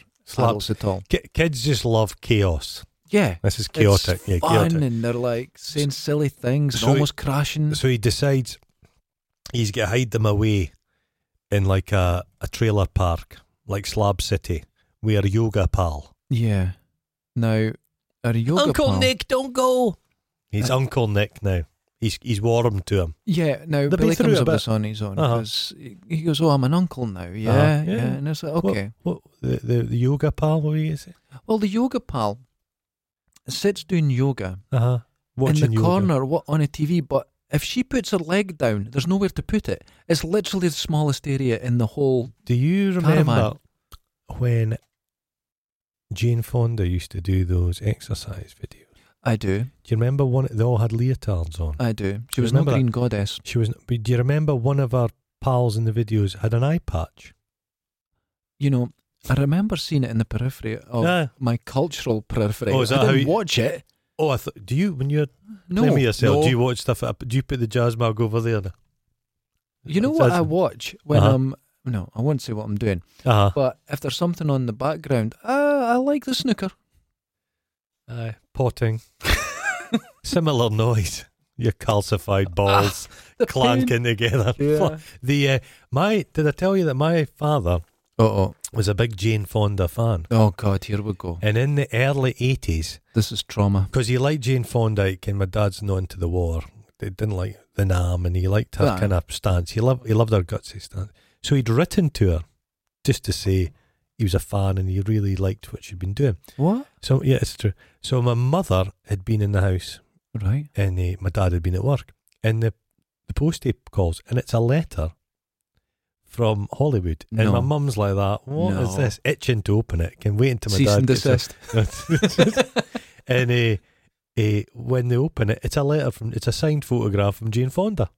A: adults
B: Slaps.
A: at all.
B: Ki- kids just love chaos.
A: Yeah,
B: This is chaotic.
A: It's
B: yeah,
A: fun,
B: chaotic.
A: and they're like saying silly things and
B: so he-
A: almost crashing.
B: So he decides he's going to hide them away in like a, a trailer park, like Slab City, where Yoga Pal.
A: yeah. Now, our yoga pal-
B: don't go. He's Uncle Nick now. He's he's warmed to him.
A: Yeah, now
B: They'll be
A: Billy
B: through
A: comes
B: a
A: up
B: bit.
A: with this on his own
B: Uh-huh.
A: because he goes, "Oh, I'm an uncle now." Yeah,
B: Uh-huh.
A: yeah.
B: Yeah.
A: and it's like, okay.
B: What the the, the Yoga Pal? What is it?
A: Well, the yoga pal sits doing yoga
B: Uh huh. Watching
A: in the
B: yoga.
A: corner what, on a TV, but if she puts her leg down, there's nowhere to put it. It's literally the smallest area in the whole.
B: Do you remember
A: Caravan.
B: when Jane Fonda used to do those exercise videos?
A: I do,
B: Do you remember one? They all had leotards on.
A: I do. She
B: You
A: was no
B: remember that?
A: green goddess.
B: She was. but Do you remember one of our pals in the videos had an eye patch?
A: You know, I remember seeing it in the periphery of
B: Ah.
A: my cultural periphery.
B: Oh, is that
A: I
B: how
A: didn't
B: you-
A: watch it.
B: Oh, I thought. Do you when you're
A: No,
B: playing with yourself?
A: no.
B: Do you watch stuff? Up, do you put the jazz mag over there?
A: You know what I watch when
B: Uh-huh.
A: I'm no, I won't say what I'm doing.
B: Uh
A: But if there's something on the background, ah, I like the snooker.
B: huh. Potting. Similar noise. Your calcified balls
A: The pain.
B: clanking together.
A: Ah. Yeah.
B: The uh, my did I tell you that my father
A: Oh, oh,
B: was a big Jane Fonda fan,
A: oh, God! Here we go.
B: and in the early eighties,
A: This is trauma.
B: because he liked Jane Fonda, and my dad's not into the war. They didn't like the Nam, and he liked her
A: Right.
B: kind of stance. He loved he loved her gutsy stance. So he'd written to her just to say he was a fan and he really liked what she'd been doing.
A: What?
B: So yeah, it's true. So my mother had been in the house,
A: Right.
B: and uh, my dad had been at work, and the the postie calls, and it's a letter from Hollywood, and
A: No.
B: my mum's like that. What is
A: No.
B: this? Itching to open it. Can wait until my
A: Cease
B: dad
A: and
B: gets home.
A: desist.
B: and uh, uh, when they open it, it's a letter from, it's a signed photograph from Jane Fonda.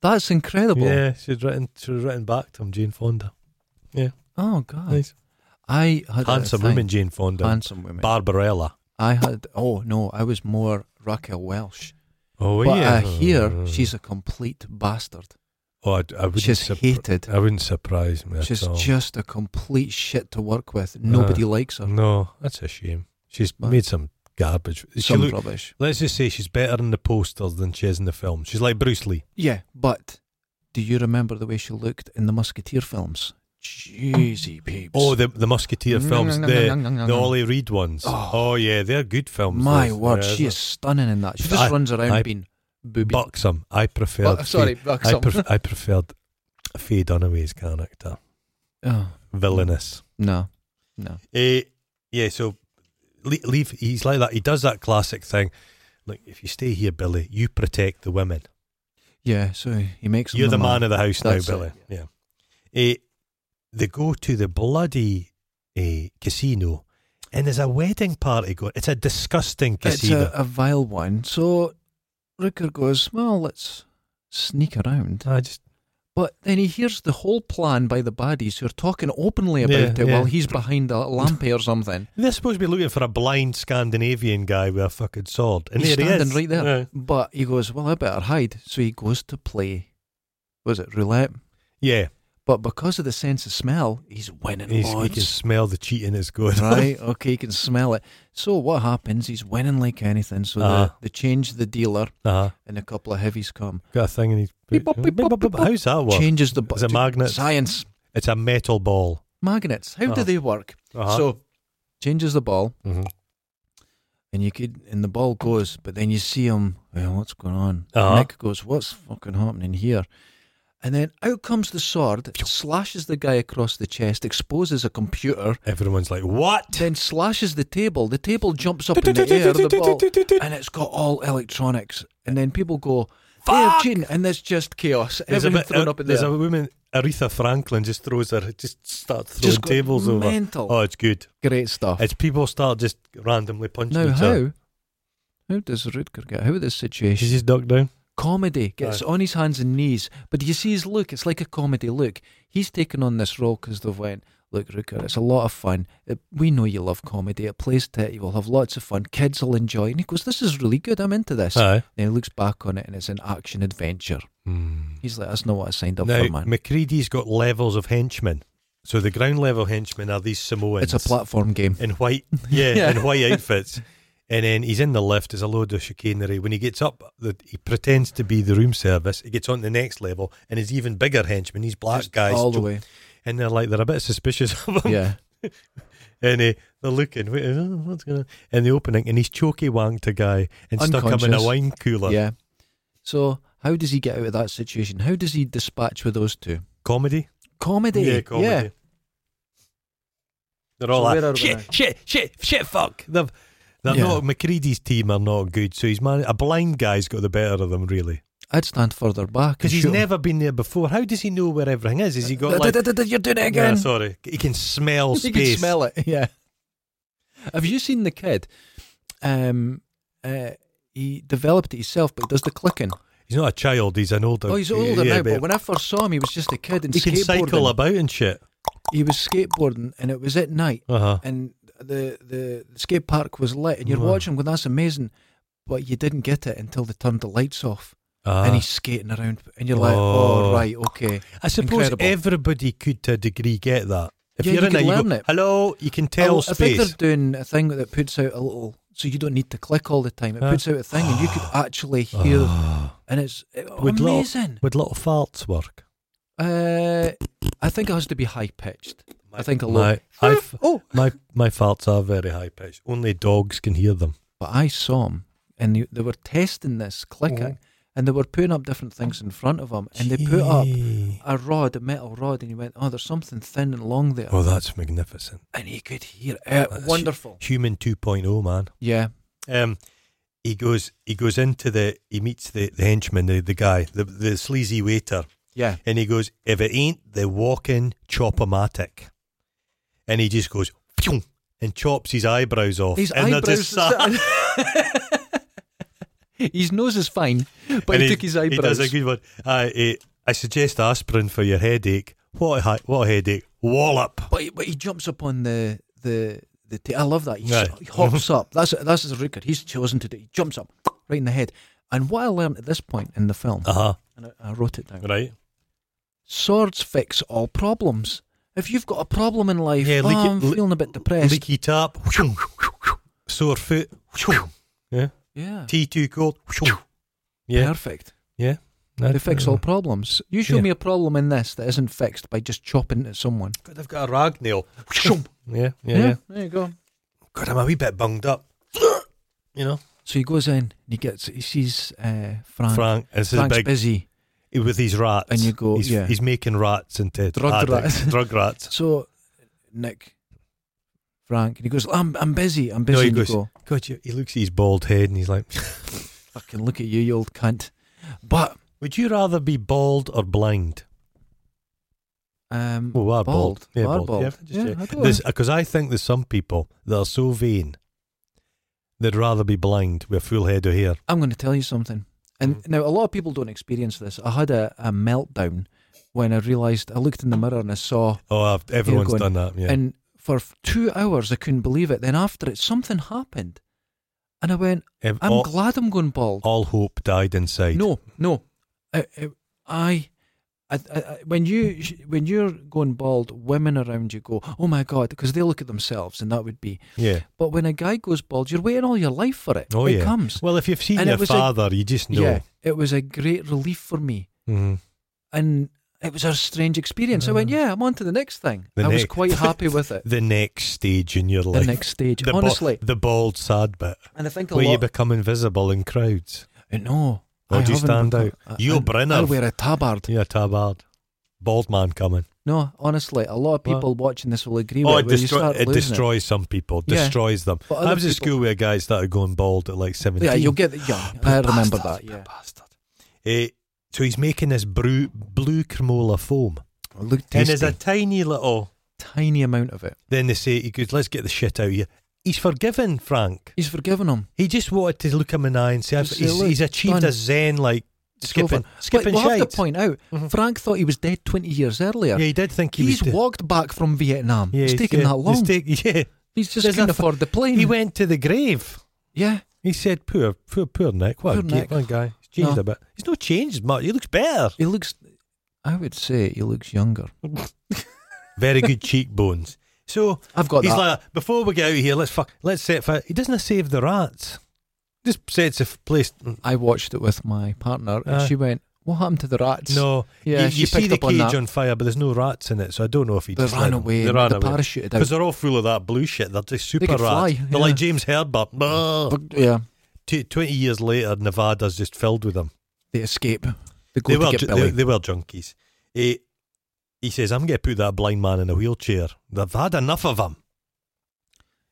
A: That's incredible.
B: Yeah, she'd written, she'd written back to him, Jane Fonda.
A: Oh God.
B: Nice.
A: I had a
B: Handsome
A: thing.
B: woman, Jane Fonda.
A: Handsome women.
B: Barbarella.
A: I had. Oh no, I was more Raquel Welsh.
B: Oh,
A: but
B: yeah.
A: I hear she's a complete bastard.
B: Oh, I, I wouldn't
A: She's
B: surp-
A: hated.
B: I wouldn't surprise me
A: She's
B: at all. Uh-huh.
A: just a complete shit to work with. Nobody likes her.
B: No, that's a shame. She's
A: Well,
B: made some garbage. She
A: Some
B: look,
A: rubbish.
B: let's just say she's better in the posters than she is in the film. She's like Bruce Lee.
A: Yeah, but do you remember the way she looked in the Musketeer films? Jeezy peeps. Mm,
B: Oh, the the Musketeer films, the the Ollie Reed ones.
A: Oh.
B: Oh, yeah, they're good films.
A: mm. My
B: those.
A: word,
B: Yeah,
A: she is stunning in that. She just
B: I-
A: runs around
B: I-
A: being booby.
B: Buxom. I preferred.
A: Bu- sorry,
B: Faye-
A: buxom.
B: I, pref- I preferred Faye Dunaway's character,
A: oh,
B: villainous.
A: no, no.
B: Eh, yeah, so leave, leave. He's like that. He does that classic thing. Look, if you stay here, Billy, you protect the women.
A: Yeah, so he makes. him
B: You're the man, of the house
A: That's it,
B: now, Billy. Yeah. Eh, they go to the bloody eh, casino, and there's a wedding party going. It's a disgusting
A: It's
B: casino.
A: a, a vile one. So Rooker goes, well, let's sneak around.
B: I just
A: But then he hears the whole plan by the baddies who are talking openly about
B: Yeah,
A: it
B: yeah.
A: while he's behind a lamp or something.
B: They're supposed to be looking for a blind Scandinavian guy with a fucking sword, and
A: He's
B: there
A: standing
B: he is.
A: right there.
B: Yeah.
A: But he goes, Well, I better hide. So he goes to play, was it roulette?
B: Yeah,
A: But because of the sense of smell, he's winning
B: He's, he can
A: odds.
B: smell the cheating is going on.
A: right? Okay, he can smell it. So what happens? He's winning like anything. So
B: Uh-huh.
A: they, they change the dealer,
B: Uh-huh.
A: and a couple of heavies come.
B: Got a thing in his.
A: Beep, bop, beep, bop, beep, bop.
B: How's that work?
A: Changes the. bu-
B: Is it
A: Dude,
B: magnets?
A: Science.
B: It's a metal ball.
A: Magnets. How do
B: Uh-huh.
A: they work?
B: Uh-huh.
A: So changes the ball.
B: Mhm.
A: and you could and the ball goes, but then you see him. Well, what's going on?
B: Uh-huh.
A: Nick goes, "What's fucking happening here?" And then out comes the sword, slashes the guy across the chest, exposes a computer,
B: everyone's like, "What?"
A: then slashes the table. The table jumps up in the air, the ball, and it's got all electronics. And then people go, "They're
B: Fuck!"
A: cheating," and there's just chaos.
B: There's a
A: Everything
B: bit-
A: thrown
B: uh,
A: up in
B: There's
A: there.
B: a woman, Aretha Franklin, just throws her, just starts throwing
A: Just got
B: tables over.
A: mental.
B: Oh, it's good.
A: Great stuff.
B: It's people start just randomly punching
A: Now,
B: each other.
A: how? How does Rutger get out of this situation?
B: She's just ducked down.
A: comedy gets on his hands and knees but do you see his look it's like a comedy look he's taken on this role because they've went Look, Rooker, it's a lot of fun. It, we know you love comedy. It plays to it. You will have lots of fun. Kids will enjoy. And he goes, This is really good. I'm into this.
B: Aye.
A: Then he looks back on it and it's an action adventure. He's like, That's not what I signed up
B: Now,
A: for, man.
B: McCready's got levels of henchmen. So the ground level henchmen are these Samoans.
A: It's a platform game.
B: in white, yeah,
A: Yeah.
B: in white outfits. And then he's in the lift. There's a load of chicanery. When he gets up, the, he pretends to be the room service. He gets on to the next level, and he's even bigger henchman. These black
A: Just
B: guys,
A: all the
B: jo-
A: way.
B: and they're like they're a bit suspicious of him.
A: Yeah.
B: And uh, they're looking, wait, uh, what's going on? And the opening, and he's chokey wanked a guy and stuck him in a
A: Unconscious.
B: wine cooler.
A: Yeah. So, how does he get out of that situation? How does he dispatch with those two?
B: Comedy,
A: Comedy.
B: yeah, comedy.
A: Yeah.
B: They're all
A: So where are
B: like
A: we
B: shit,
A: now?
B: shit, shit, shit, fuck. They've, they're
A: Yeah.
B: not McCready's team are not good. So he's man, a blind guy's got the better of them, really.
A: I'd stand further back.
B: Because
A: and
B: he's
A: shoot him.
B: never been there before. How does he know where everything is? Has he got like?
A: You're doing it
B: Yeah,
A: again.
B: sorry, he can smell
A: you
B: space.
A: can smell it. Yeah. Have you seen the kid? Um, uh, he developed it himself, but he does the clicking.
B: He's not a child. He's an older.
A: Oh, he's older
B: yeah,
A: now. But
B: but
A: when I first saw him, he was just a kid and
B: he can
A: skateboarding.
B: cycle about and shit.
A: He was skateboarding, and it was at night,
B: Uh huh.
A: and the the skate park was lit, and you're
B: Wow.
A: watching, going, "That's amazing," but you didn't get it until they turned the lights off, and he's skating around, and you're like, "Oh,
B: Ah. Oh.
A: right, okay."
B: Uh, I suppose
A: incredible.
B: everybody could, to a degree, get that. If
A: Yeah,
B: you're
A: you
B: in
A: could
B: it,
A: learn
B: you go,
A: it.
B: hello. You can tell
A: Oh, I think
B: space.
A: they're doing a thing that puts out a little, so you don't need to click all the time. It
B: Huh?
A: puts out a thing, and you could actually hear,
B: Ah.
A: and it's it-
B: Would little-
A: amazing.
B: Would little farts work?
A: Uh, I think it has to be high pitched. I think a lot.
B: My, I f-
A: Oh,
B: my my farts are very high pitched. Only dogs can hear them.
A: but I saw them, and they, they were testing this clicking,
B: Mhm.
A: and they were putting up different things in front of them, and they put up
B: Gee.
A: a rod, a metal rod, and he went, "Oh, there's something thin and long there,"
B: Oh, that's magnificent.
A: and he could hear it.
B: That's-
A: Wonderful.
B: Human 2.0, man.
A: Yeah.
B: um, he goes he goes into the he meets the, the henchman the, the guy the, the sleazy waiter
A: Yeah.
B: and he goes if it ain't the walking chopomatic and he just goes "Phew," and chops his eyebrows off
A: His
B: and they're
A: eyebrows.
B: just sat-
A: his nose is fine, but
B: and
A: he, took his
B: he
A: eyebrows.
B: does a good one I, I, I suggest aspirin for your headache what a, hi- what a headache wallop
A: but, he, but he jumps upon the the the. ta- I love that. He, s-
B: Aye.
A: he hops up. That's that's his record. He's chosen to do. He jumps up right in the head. And what I learned at this point in the film,
B: uh-huh
A: and I, I wrote it down.
B: right
A: Swords fix all problems. If you've got a problem in life,
B: Yeah,
A: oh,
B: leaky-
A: I'm
B: le-
A: feeling a bit depressed.
B: leaky tap phew, phew, phew. sore foot phew. yeah
A: yeah,
B: tea too cold phew. yeah uh,
A: perfect.
B: yeah
A: They fix all problems. You show
B: yeah.
A: me a problem in this that isn't fixed by just chopping at someone.
B: God, I've got a rag nail. yeah, yeah,
A: Yeah,
B: yeah.
A: there you go.
B: God, I'm a wee bit bunged up. You know,
A: So he goes in and he gets he sees uh, Frank.
B: Frank is
A: Frank's
B: big
A: busy.
B: with these rats,
A: And you go,
B: he's,
A: yeah.
B: he's making rats into
A: Drug
B: addicts,
A: rats.
B: drug rats.
A: So Nick, Frank, and he goes, "I'm I'm busy. I'm busy."
B: No, he
A: and you
B: goes-
A: go,
B: God, you, he looks at his bald head and he's like,
A: "Fucking look at you, you old cunt." But
B: "Would you rather be bald or blind?"
A: um,
B: Well, we are
A: bald.
B: bald. Yeah,
A: We are
B: bald. Yeah,
A: bald.
B: just
A: Yeah, I don't
B: Because I think there's some people that are so vain they'd rather be blind with a full head of hair.
A: I'm going to tell you something. And
B: Mm-hmm.
A: now a lot of people don't experience this. I had a, a meltdown when I realised I looked in the mirror and I saw,
B: Oh, I've, everyone's
A: going-
B: done that. Yeah,
A: and for f- two hours I couldn't believe it. Then after it, something happened, and I went,
B: Ev-
A: "I'm
B: all,
A: glad I'm going bald."
B: all hope died inside.
A: No, no, I, I- I, I, I- when you sh- when you're going bald, women around you go, "Oh my god," because they look at themselves, and that would be.
B: yeah.
A: But when a guy goes bald, you're waiting all your life for it.
B: Oh
A: it
B: yeah.
A: comes.
B: Well, if you've seen
A: And it
B: your
A: was a-
B: father, you just know.
A: Yeah, it was a great relief for me.
B: Mhm.
A: and it was a strange experience. I went, yeah, I'm on to the next thing.
B: Uh. The
A: I was
B: next-
A: quite happy with it.
B: the next stage in your
A: the
B: life.
A: next stage,
B: The ba-
A: honestly.
B: the bald sad bit
A: and I think a
B: where you
A: lot.
B: become invisible in crowds.
A: Uh, no,
B: Or
A: I
B: do you
A: haven't
B: stand
A: become-
B: out?
A: I-
B: You
A: I-
B: Brenner.
A: I'll wear a tabard.
B: Yeah, tabard, bald man coming.
A: No, honestly, a lot of
B: Well-
A: people watching this will agree
B: Oh,
A: with
B: it,
A: it. where
B: destroy-
A: you start
B: it
A: losing
B: destroys some people.
A: Yeah.
B: Destroys them.
A: But other
B: I was at
A: people-
B: school where a guy started going bald at like seventeen. Ah,
A: Yeah, you'll get the yeah. I remember that. Yeah,
B: bastard. Eh, so he's making this brew, blue cremola foam,
A: It looked tasty.
B: and there's a tiny little.
A: tiny amount of it.
B: Then they say he goes, "Let's get the shit out of here." He's forgiven Frank.
A: He's forgiven him.
B: He just wanted to look him in the eye and say,
A: Just say,
B: he's,
A: "Look,
B: he's achieved
A: done."
B: a zen like Skipping,
A: But
B: skipping
A: we'll have
B: shite.
A: to point out,
B: Mhm.
A: Frank thought he was dead 20 years earlier.
B: Yeah, he did think he
A: he's
B: was. dead.
A: walked back from Vietnam.
B: Yeah,
A: it's taken
B: yeah,
A: that long.
B: He's take- yeah,
A: he's just
B: there's
A: couldn't
B: a-
A: afford the plane.
B: he went to the grave.
A: yeah,
B: He said, "Poor, poor, poor Nick. What
A: Poor
B: a ge-
A: Nick.
B: what a guy. He's changed
A: No.
B: a bit. He's not changed much. He looks better.
A: he looks. I would say he looks younger.
B: Very good cheekbones. So
A: I've got
B: he's
A: that.
B: like, before we get out of here, let's fuck, let's set fire. He doesn't save the rats. Just sets a f- place. mm,
A: I watched it with my partner, and
B: Aye.
A: she went, "What happened to the rats?"
B: Uh, No,
A: yeah,
B: you,
A: she
B: you
A: picked
B: see the
A: up on
B: cage
A: that.
B: on fire, but there's no rats in it, so I don't know if he
A: they
B: just
A: ran
B: let them-
A: away.
B: They
A: and
B: ran
A: they
B: away
A: parachuted out.
B: because they're all full of that blue shit. They're just super
A: could
B: rats.
A: fly,
B: they're
A: yeah.
B: like James Herbert. Brrr.
A: But, yeah,
B: T- Twenty years later, Nevada's just filled with them.
A: they escape. They go
B: they
A: to
B: were
A: get
B: ju-
A: Billy.
B: they, they were junkies. He, he says, "I'm going to put that blind man in a wheelchair. They've had enough of him."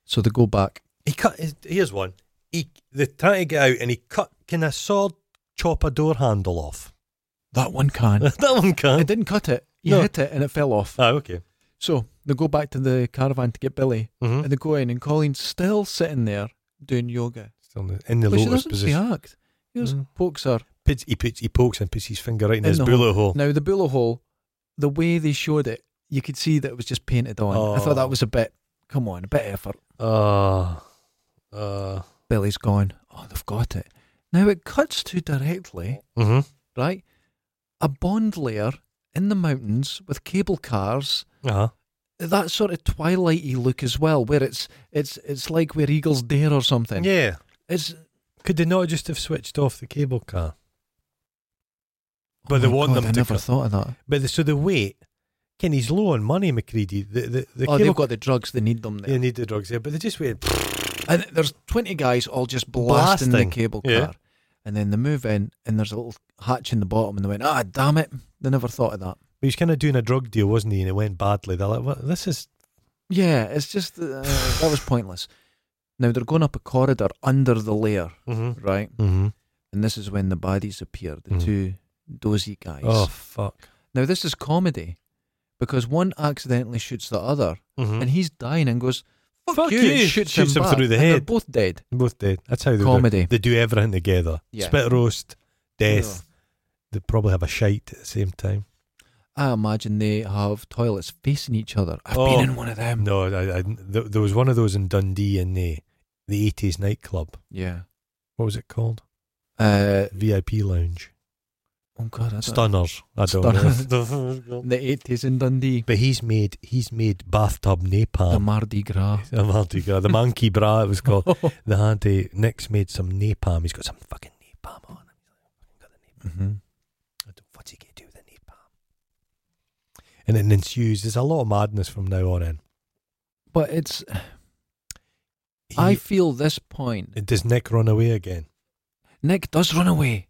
A: so they go back.
B: He cut. His, here's one. He they try to get out, and he cut. Can a sword chop a door handle off?
A: That one can.
B: that one
A: I
B: can't.
A: didn't cut it. You
B: Uh-huh. No.
A: hit it, and it fell off.
B: Ah, okay.
A: So they go back to the caravan to get Billy,
B: hmm
A: and they go in, and Colin's still sitting there doing yoga.
B: Still in the, in the
A: but she
B: lotus
A: doesn't
B: position.
A: react. He just
B: Mm.
A: pokes her.
B: Puts- he puts he pokes and puts his finger right in,
A: In
B: his
A: the
B: bullet hole.
A: Now the bullet hole, the way they showed it, you could see that it was just painted on. I thought
B: Oh.
A: that was a bit. Come on, a bit of effort.
B: Ah, uh,
A: Billy's gone. Oh, they've got it. Now it cuts to directly,
B: hmm
A: right? A Bond layer in the mountains with cable cars.
B: uh-huh.
A: That sort of twilighty look as well, where it's it's it's like where Eagles Dare or something.
B: yeah.
A: It's
B: Could they not just have switched off the cable car? But
A: Oh
B: they
A: my
B: want
A: oh God,
B: them
A: I
B: to
A: never
B: cut-
A: thought of that.
B: But the, so the weight, Ken, he's low on money, McCready. The, the, the
A: oh,
B: cable-
A: they've got the drugs. They need them there.
B: they need the drugs there, but they just went.
A: And there's 20 guys all just blasting,
B: Blasting.
A: the cable car.
B: Yeah.
A: And then they move in, and there's a little hatch in the bottom, and they went, ah, damn it. They never thought of that.
B: He was kind of doing a drug deal, wasn't he? And it went badly. They're like, well, this is.
A: Yeah, it's just uh, that was pointless. Now they're going up a corridor under the layer,
B: Mm-hmm.
A: right?
B: Mm-hmm.
A: And this is when the baddies appear, the
B: Mhm.
A: two dozy guys.
B: Oh, fuck.
A: Now, this is comedy because one accidentally shoots the other,
B: Mm-hmm.
A: and he's dying and goes, fuck,
B: Fuck
A: you,
B: you,
A: and shoots,
B: shoots
A: him,
B: him through
A: back,
B: the
A: and They're
B: head.
A: both dead.
B: Both dead. That's how they
A: Comedy.
B: do. They do everything together.
A: Yeah. Oh.
B: Spit roast, death. They probably have a shite at the same time.
A: I imagine they have toilets facing each other. I've
B: Oh.
A: been in one of them.
B: No, I, I, there, there was one of those in Dundee in the the eighties nightclub.
A: Yeah.
B: What was it called?
A: Uh,
B: VIP lounge.
A: oh God, I don't
B: Stunners. I don't know.
A: the eighties in Dundee,
B: But he's made he's made bathtub
A: the
B: napalm.
A: Mardi Gras.
B: The, Mardi Gras, the monkey bra it was called. The had a, Nick's made some napalm. He's got some fucking napalm on. him. He's got the napalm.
A: Mhm.
B: I don't- What's he gonna do with the napalm? And it ensues. There's a lot of madness from now on in.
A: But it's.
B: He-
A: I feel this point.
B: does Nick run away again?
A: Nick does run away,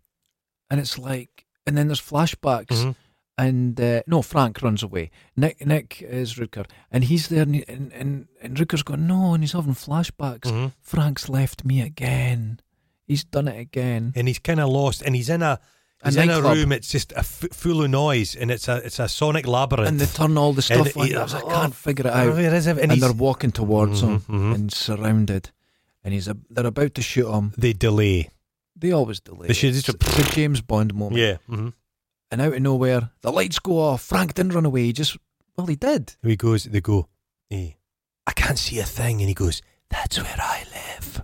A: and it's like, and then there's flashbacks, and uh, no, Frank runs away. Nick, Nick is Rutger, and he's there, and he- and and, and Rutger's going no, and he's having flashbacks.
B: Mm-hmm.
A: Frank's left me again. He's done it again.
B: And he's kind of lost. And he's in a
A: A
B: he's in a
A: nightclub.
B: room. It's just a f- full of noise, and it's a it's a sonic labyrinth.
A: And they turn all the
B: And
A: stuff on.
B: he-
A: I was like,
B: oh,
A: I can't figure it
B: Oh,
A: out.
B: where is it?
A: And,
B: he's-
A: they're walking towards him.
B: Mhm, mhm.
A: and surrounded, and he's a, they're about to shoot him.
B: they delay.
A: They always delay.
B: They should
A: it.
B: just-
A: it's, it's a James Bond moment.
B: Yeah. Mm-hmm.
A: And out of nowhere, the lights go off. Frank didn't run away. He just well, he did.
B: He goes, they go, hey, I can't see a thing. And he goes, that's where I live.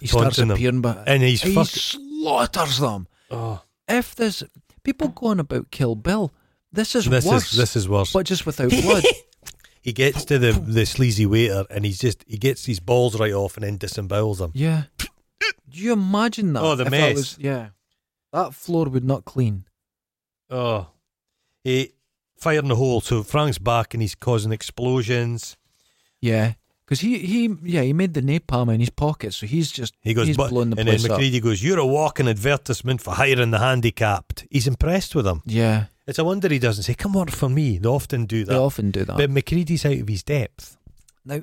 A: He starts
B: Taunting them.
A: appearing, but
B: And he's
A: he
B: fucking.
A: slaughters them.
B: Oh,
A: If there's people going about Kill Bill, this is
B: this
A: worse.
B: is this is worse.
A: but just without blood.
B: He gets to the, the sleazy waiter and he's just he gets his balls right off and then disembowels them.
A: yeah. Do you imagine that?
B: Oh, the
A: if that
B: mess.
A: was- yeah. That floor would not clean.
B: Oh, he fire in the hole. So Frank's back and he's causing explosions.
A: Yeah. Because he, he, yeah, he made the napalm in his pocket, so he's just
B: He goes,
A: he's
B: but,
A: blown the
B: and
A: place
B: then
A: up.
B: McCready goes, "You're a walking advertisement for hiring the handicapped." He's impressed with them.
A: Yeah,
B: It's a wonder he doesn't say, "Come work for me." They often do
A: they
B: that.
A: often do that.
B: But McCready's out of his depth.
A: now,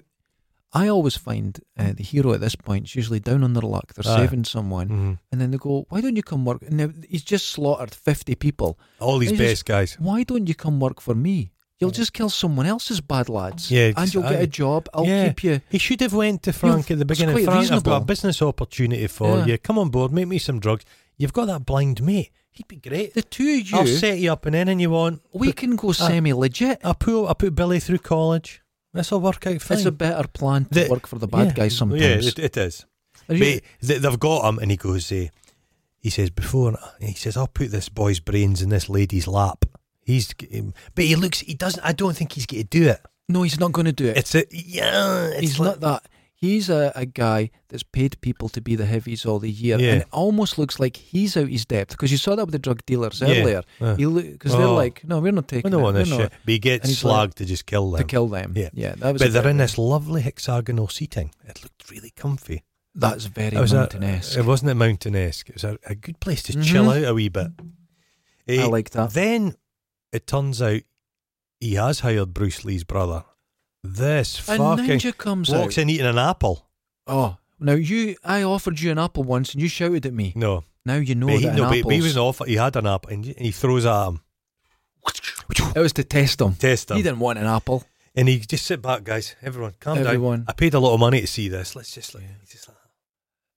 A: I always find uh, the hero at this point is usually down on their luck. They're
B: Aye.
A: saving someone,
B: Mhm.
A: and then they go, "Why don't you come work?" Now he's just slaughtered fifty people.
B: All these
A: He's
B: best
A: just-
B: guys.
A: Why don't you come work for me? You'll just kill someone else's bad lads.
B: Yeah,
A: and you'll get
B: I-
A: a job. I'll
B: Yeah.
A: keep you.
B: He should have went to Frank at the
A: it's
B: beginning.
A: quite
B: Frank, I've got a
A: reasonable.
B: business opportunity for
A: Yeah.
B: you. Come on board, make me some drugs. You've got that blind mate. He'd be great.
A: The two of you,
B: I'll uh, set you up in anything you want.
A: we
B: Put-
A: can go semi-legit.
B: I put I put Billy through college. This will work out fine.
A: It's a better plan to
B: The-
A: work for the bad
B: Yeah.
A: guy sometimes.
B: Yeah, it, it is.
A: Are you-
B: But they, they've got him, and he goes, eh, he says before, he says, I'll put this boy's brains in this lady's lap. He's, but he looks, he doesn't. I don't think he's going to do it.
A: no, he's not going to do it.
B: It's a yeah. It's
A: he's not
B: like,
A: that. He's a, a guy that's paid people to be the heavies all the year,
B: Yeah.
A: and it almost looks like he's out his depth because you saw that with the drug dealers
B: Yeah.
A: earlier.
B: Uh.
A: Because they're
B: Oh.
A: like, no, we're not
B: I
A: taking.
B: don't
A: it.
B: want
A: We're
B: this
A: not
B: shit. But he gets
A: And he's like-
B: slagged to just kill
A: to
B: them.
A: kill them.
B: Yeah.
A: that was. a
B: but they're
A: bit-
B: in this lovely hexagonal seating. It looked really comfy.
A: That's very
B: It was a-
A: mountain-esque.
B: it wasn't a mountain-esque. It was a, a good place to
A: Mhm.
B: chill out a wee bit.
A: I
B: Eh,
A: like that.
B: Then it turns out he has hired Bruce Lee's brother. This
A: A
B: fucking
A: ninja comes
B: walks
A: out.
B: in eating an apple.
A: Oh, now you, I offered you an apple once, and you shouted at me.
B: No,
A: Now you know
B: Mm. but he,
A: that
B: no,
A: an
B: but- but he was
A: apple's-
B: off. He had an apple, and he- he throws at him.
A: It was to test him.
B: Test
A: He
B: him,
A: didn't want an apple.
B: and he just sit back, guys. Everyone, calm
A: Everyone.
B: down. I paid a lot of money to see this. Let's just like, just like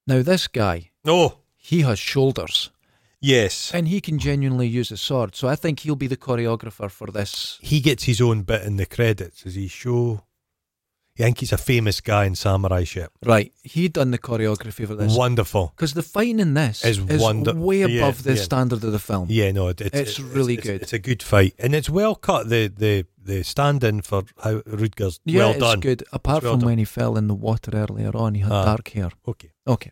A: Now this guy,
B: no,
A: he has shoulders,
B: yes,
A: and he can genuinely use a sword. So I think he'll be the choreographer for this.
B: he gets his own bit in the credits. Does he show? I think he's a famous guy in samurai shit.
A: Right, he done the choreography for this
B: Wonderful.
A: because the fighting in this
B: Is
A: is,
B: wonder-
A: way above
B: yeah,
A: the
B: yeah.
A: standard of the film.
B: Yeah, no, it- it's,
A: It's really good.
B: It's, a good fight, and it's well cut. The the the stand in for how Rudger's
A: Yeah,
B: well
A: it's
B: done.
A: good. Apart
B: It's well
A: from
B: done.
A: when he fell in the water earlier on, he had
B: Ah.
A: dark hair.
B: Okay,
A: Okay,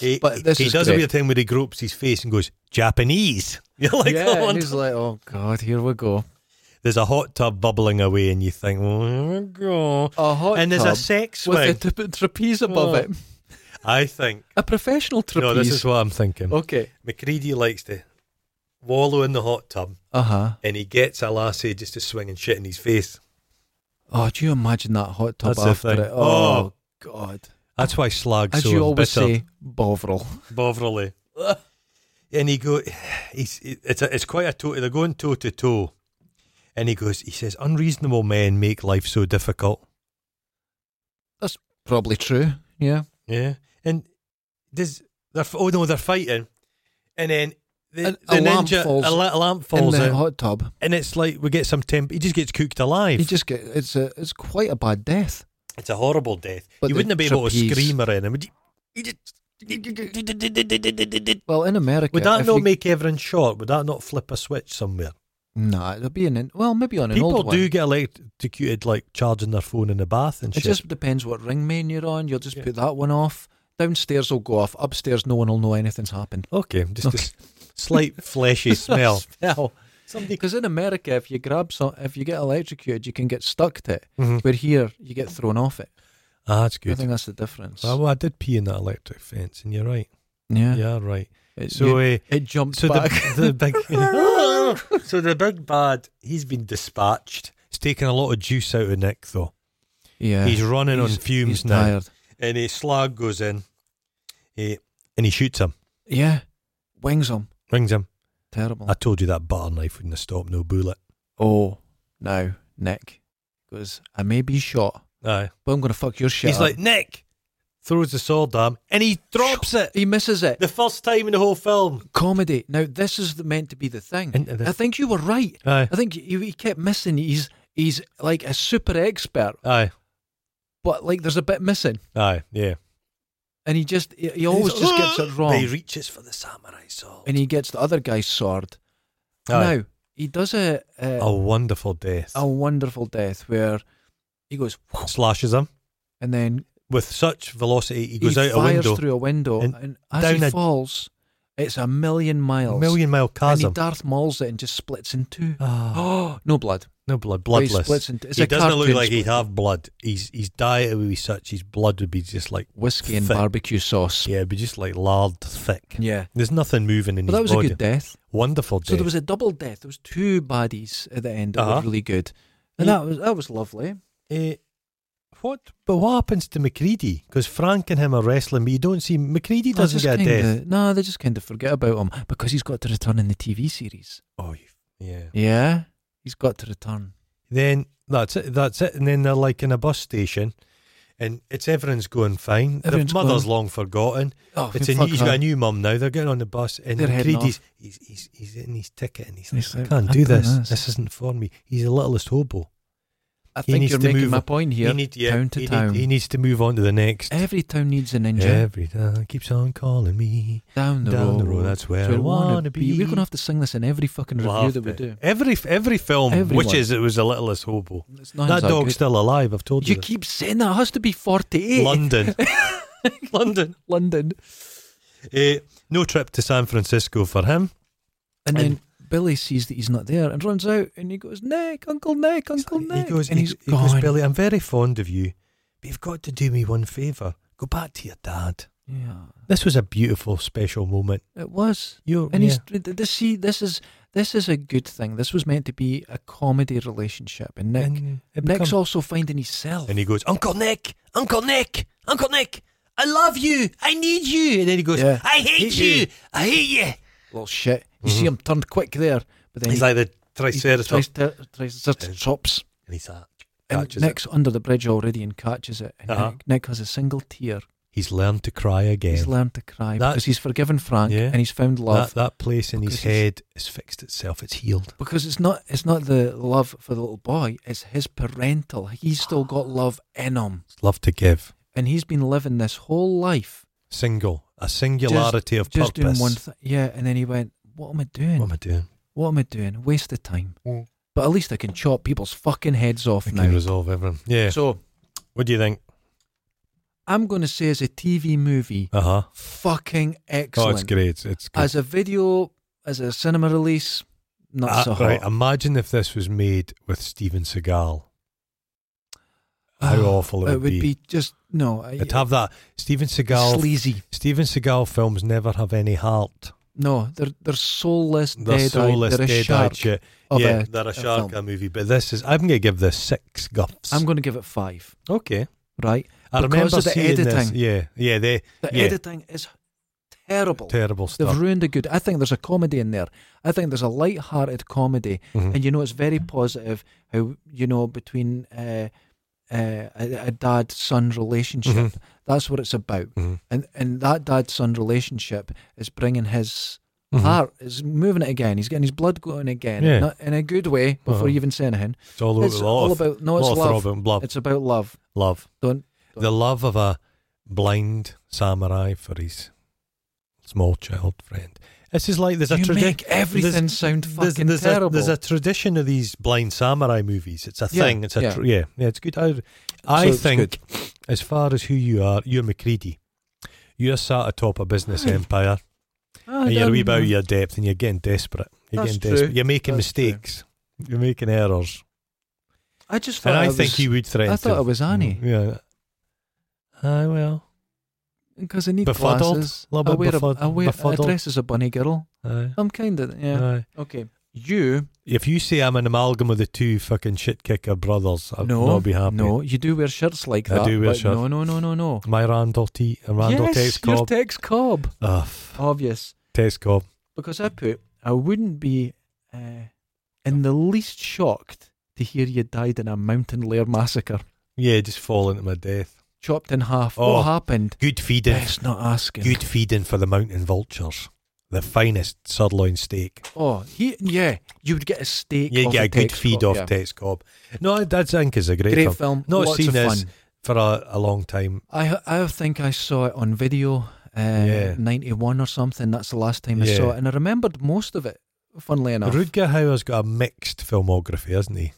B: he,
A: But this
B: he
A: is
B: does a
A: great.
B: weird thing where he gropes his face and goes Japanese. You're like,
A: yeah,
B: "Oh,
A: and he's like, oh god, here we go.
B: there's a hot tub bubbling away, and you think, oh, here we go.
A: A hot
B: and there's a
A: tub
B: sex swing.
A: with a tra- trapeze above
B: Oh.
A: it,
B: I think.
A: a professional trapeze.
B: No, this is what I'm thinking.
A: okay.
B: Macready likes to wallow in the hot tub,
A: Uh huh.
B: and he gets a lassie just to swing and shit in his face.
A: Oh, do you imagine that hot tub
B: That's the
A: after
B: thing.
A: it? Oh, God.
B: That's why Slag's
A: As
B: so
A: you always
B: embittered.
A: say, Bovril.
B: Bovrily. and he go, he's it's a, it's quite a toe. They're going toe to toe, and he goes. He says, "Unreasonable men make life so difficult."
A: Probably true. Yeah.
B: Yeah, and does they're f- oh no they're fighting, and then the,
A: And a
B: the
A: lamp
B: ninja
A: falls
B: a, la- a lamp
A: In
B: falls
A: the
B: in,
A: hot tub.
B: and it's like we get some temp. He just gets cooked alive.
A: You just get, it's a, it's quite a bad death.
B: it's a horrible death.
A: But
B: you
A: the
B: wouldn't have been able to
A: trapeze-
B: scream or anything. Would, you, you just,
A: Well, in America.
B: would that
A: if
B: not
A: you-
B: make everyone short? Would that not flip a switch somewhere?
A: Nah, it'll be an, in- well, maybe on an
B: People
A: old
B: do
A: one.
B: get electrocuted like charging their phone in the bath and
A: It
B: shit.
A: just depends what ring main you're on. You'll just
B: Yeah.
A: put that one off. Downstairs will go off. Upstairs, no one will know anything's happened.
B: okay, just a s- slight fleshy smell.
A: Smell.
B: Somebody
A: Because in America, if you grab some, if you get electrocuted, you can get stuck to it.
B: Mhm.
A: Where here, you get thrown off it.
B: Ah, that's
A: I
B: good.
A: think that's the difference.
B: Ah, well, I did pee in that electric fence, and you're right.
A: yeah.
B: Yeah, right.
A: It,
B: So,
A: you-
B: uh,
A: it jumps
B: so
A: back.
B: the, the big, so the big bad, he's been dispatched. He's taking a lot of juice out of Nick, though.
A: yeah.
B: He's running on
A: He's-
B: fumes
A: he's
B: now,
A: Tired.
B: and a slag goes in, eh, and he shoots him,
A: Yeah. Wings him.
B: rings him.
A: Terrible.
B: I told you that butter knife wouldn't have stopped no bullet.
A: oh, now Nick goes, I may be shot,
B: Aye.
A: but I'm going to fuck your shit
B: He's
A: up."
B: like, Nick! Throws the sword arm and he drops it!
A: he misses it.
B: The first time in the whole film.
A: Comedy. Now, this is the, meant to be the thing.
B: And the-
A: I think you were right.
B: Aye.
A: I think he, he kept missing. He's he's like a super expert,
B: Aye.
A: but like there's a bit missing.
B: Aye. Yeah.
A: And he just, he, he always just gets it wrong.
B: He reaches for the samurai sword.
A: and he gets the other guy's sword.
B: Aye. Oh.
A: Now, Oh. he does a, a,
B: a wonderful death.
A: a wonderful death where he goes, "Whoa,"
B: Slashes him
A: and then
B: with such velocity he
A: he,
B: goes out a
A: fires
B: window.
A: through a window,
B: and
A: and, as
B: down
A: he
B: a-
A: falls, it's a million
B: A
A: miles.
B: million mile
A: and he
B: chasm.
A: Darth Mauls it and just splits in two.
B: Ah,
A: Oh, no blood.
B: no blood,
A: But he
B: bloodless.
A: splits into- it's
B: he
A: a
B: doesn't look
A: cartoon
B: like he'd
A: split.
B: have blood. He's he's diet would be such. His blood would be just like
A: Whiskey and
B: Thick.
A: barbecue sauce.
B: yeah, it'd be just like lard, thick.
A: Yeah.
B: There's nothing moving in
A: But that
B: his
A: was
B: body.
A: a good death.
B: Wonderful death.
A: So there was a double death. There was two baddies at the end that
B: Uh-huh.
A: were really good. And
B: Yeah.
A: that was that was lovely.
B: Eh, what? But what happens to McCready? Because Frank and him are wrestling, but you don't see McCready
A: I
B: doesn't
A: just
B: get a
A: kinda,
B: death.
A: No, they just kind of forget about him because he's got to return in the TV series.
B: Oh, you- yeah.
A: Yeah, he's got to return.
B: Then that's it. That's it. And then they're like in a bus station, and it's everyone's going fine.
A: Everyone's
B: Their mother's
A: going-
B: long forgotten.
A: Oh,
B: It's a
A: fuck
B: new, he's
A: her.
B: got a new mum now. They're getting on the bus, and
A: They're heading
B: Creedy's he's, he's he's in his ticket, and he's
A: He's
B: like,
A: like,
B: "I can't
A: "I've
B: do
A: done
B: this.
A: this."
B: this. isn't for me." He's the littlest hobo.
A: I
B: he
A: think
B: needs
A: you're
B: to
A: making
B: move
A: my
B: on.
A: point here.
B: he need, yeah,
A: town to
B: he, need-
A: town.
B: he needs to move on to the next.
A: Every town needs a ninja.
B: Every time keeps on calling me
A: down the
B: down
A: road.
B: the road. That's where
A: So
B: I
A: we wanna
B: want to be.
A: We're going to have to sing this in every fucking review
B: Loved
A: that we
B: it.
A: do.
B: Every f- every film,
A: Everyone.
B: which is it was the littlest hobo.
A: It's not
B: that dog's still alive. I've told you.
A: You
B: this.
A: keep saying that. It has to be 48.
B: London, London.
A: London.
B: Eh, no trip to San Francisco for him.
A: And,
B: And-
A: then Billy sees that he's not there and runs out and he goes, Nick, Uncle Nick, Uncle
B: He
A: Nick.
B: goes,
A: and
B: he,
A: he's
B: he
A: gone.
B: goes, Billy, I'm very fond of you, but you've got to do me one favour. Go back to your dad.
A: Yeah.
B: This was a beautiful, special moment.
A: It was.
B: You're,
A: And
B: yeah.
A: he's this see this is this is a good thing. This was meant to be a comedy relationship and Nick
B: and, it
A: Nick's
B: become-
A: also finding himself.
B: and he goes, Uncle Nick, Uncle Nick, Uncle Nick, I love you, I need you. And then he goes,
A: Yeah.
B: I hate,
A: Hate
B: you.
A: you.
B: I hate you.
A: Well shit. You see him turned quick there, but then
B: Mm-hmm. He's
A: he,
B: like the
A: he
B: triceratops,
A: tries to tries to chops.
B: and he's like,
A: And
B: catches it.
A: Nick's under the bridge already and catches it. And
B: Uh-huh.
A: Nick, Nick has a single tear.
B: He's learned to cry again.
A: He's learned to cry
B: That-
A: because he's forgiven Frank
B: Yeah.
A: and he's found love.
B: That, that place in his
A: Because he's-
B: head has fixed itself. It's healed.
A: because it's not it's not the love for the little boy, it's his parental. He's still got love in him.
B: It's love to give.
A: And he's been living this whole life
B: Single. A singularity of
A: just
B: purpose.
A: doing one thing. Yeah, and then he went, What am I
B: what
A: doing?
B: am I doing?
A: What am I doing? Waste of time.
B: Mm.
A: But at least I can chop people's fucking heads off
B: We
A: now.
B: can resolve everything. Yeah.
A: So
B: what do you think?
A: I'm going to say, as a TV movie,
B: Uh huh.
A: fucking
B: Oh,
A: excellent.
B: it's great. It's, it's good.
A: As a video, as a cinema release, not
B: Uh,
A: so hot.
B: right. Imagine if this was made with Steven Seagal. How
A: Ah,
B: awful it would,
A: would be. just no. I-
B: It'd have that Steven Seagal.
A: sleazy.
B: Steven Seagal films never have any heart.
A: No, they're they're soulless,
B: They're
A: dead-eyed.
B: soulless,
A: they're a
B: dead-eyed
A: shark
B: shit.
A: of
B: yeah,
A: a-
B: they're
A: a
B: a shark
A: film.
B: a movie. But this is. I'm gonna give this six guffs.
A: I'm going to give it five.
B: okay.
A: Right,
B: I
A: Because
B: remember
A: of the
B: seeing this.
A: editing.
B: Yeah, yeah. They
A: the
B: Yeah.
A: editing is terrible.
B: terrible
A: Oh, They've
B: stuff.
A: ruined a good. I think there's a comedy in there. I think there's a light-hearted comedy,
B: Mhm.
A: and you know it's very positive. How you know between uh, uh, a, a dad-son relationship.
B: Mhm.
A: That's what it's about,
B: Mhm.
A: and and that dad-son relationship is bringing his
B: Mhm.
A: heart is moving it again. He's getting his blood going again,
B: Yeah.
A: not in a good way. Before
B: Uh-huh.
A: you even say anything,
B: It's all,
A: it's
B: all,
A: all
B: of,
A: about no, it's
B: all of
A: love.
B: Robin Blob.
A: It's about love.
B: love.
A: Don't
B: the love of a blind samurai for his small child friend. This is like there's a
A: you
B: tradition.
A: make everything
B: there's-
A: sound
B: There's,
A: fucking
B: there's a,
A: terrible.
B: there's a tradition of these blind samurai movies. It's a
A: Yeah,
B: thing. It's a
A: yeah.
B: yeah. Tr- yeah, yeah. It's good. I, I
A: So it's
B: think, as far as who you are, you're McCready. You're sat atop a business
A: Aye.
B: empire,
A: Ah,
B: and you're a wee
A: don't
B: bit out of
A: know.
B: your depth, and you're getting desperate. You're
A: That's
B: getting desperate.
A: true.
B: You're making
A: That's true.
B: mistakes. You're making errors,
A: I just thought
B: and I,
A: I
B: think
A: was,
B: you would threaten.
A: I thought
B: to- Mm,
A: it was Annie.
B: Yeah. I will.
A: Because I need
B: Befuddled?
A: glasses. I
B: Little bit
A: wear
B: befudd-
A: a, I wear a
B: befuddled? Uh,
A: dress as a bunny girl.
B: Aye.
A: I'm kind of yeah.
B: Aye.
A: Okay, you
B: If you say I'm an amalgam of the two fucking shit kicker brothers, I'll
A: no
B: not be happy.
A: no you do wear shirts like
B: I
A: that.
B: do wear
A: but
B: shirts.
A: No no no no no.
B: My Randall T. uh, Randall
A: yes,
B: Tex
A: your
B: Cobb.
A: Tex Cobb.
B: Ah, f-
A: Obvious
B: Tex Cobb.
A: because I put I wouldn't be uh, in the least shocked to hear you died in a mountain lair massacre,
B: Yeah, just fall into my death.
A: chopped in half.
B: Oh.
A: What happened?
B: Good feeding.
A: Best not asking.
B: Good feeding for the mountain vultures. The finest sirloin steak.
A: Oh, he yeah, you would get a steak.
B: Yeah,
A: off
B: get a good
A: Tex
B: feed
A: Cobb,
B: off
A: yeah.
B: Tex Cobb. No, I, I think is a great,
A: Great
B: film.
A: film.
B: No, I've
A: lots
B: seen
A: of
B: this
A: fun.
B: for a, a long time.
A: I I think I saw it on video, uh,
B: Yeah.
A: ninety one or something. That's the last time I
B: Yeah.
A: saw it, and I remembered most of it. Funnily enough,
B: Rudger Hauer's got a mixed filmography, hasn't he?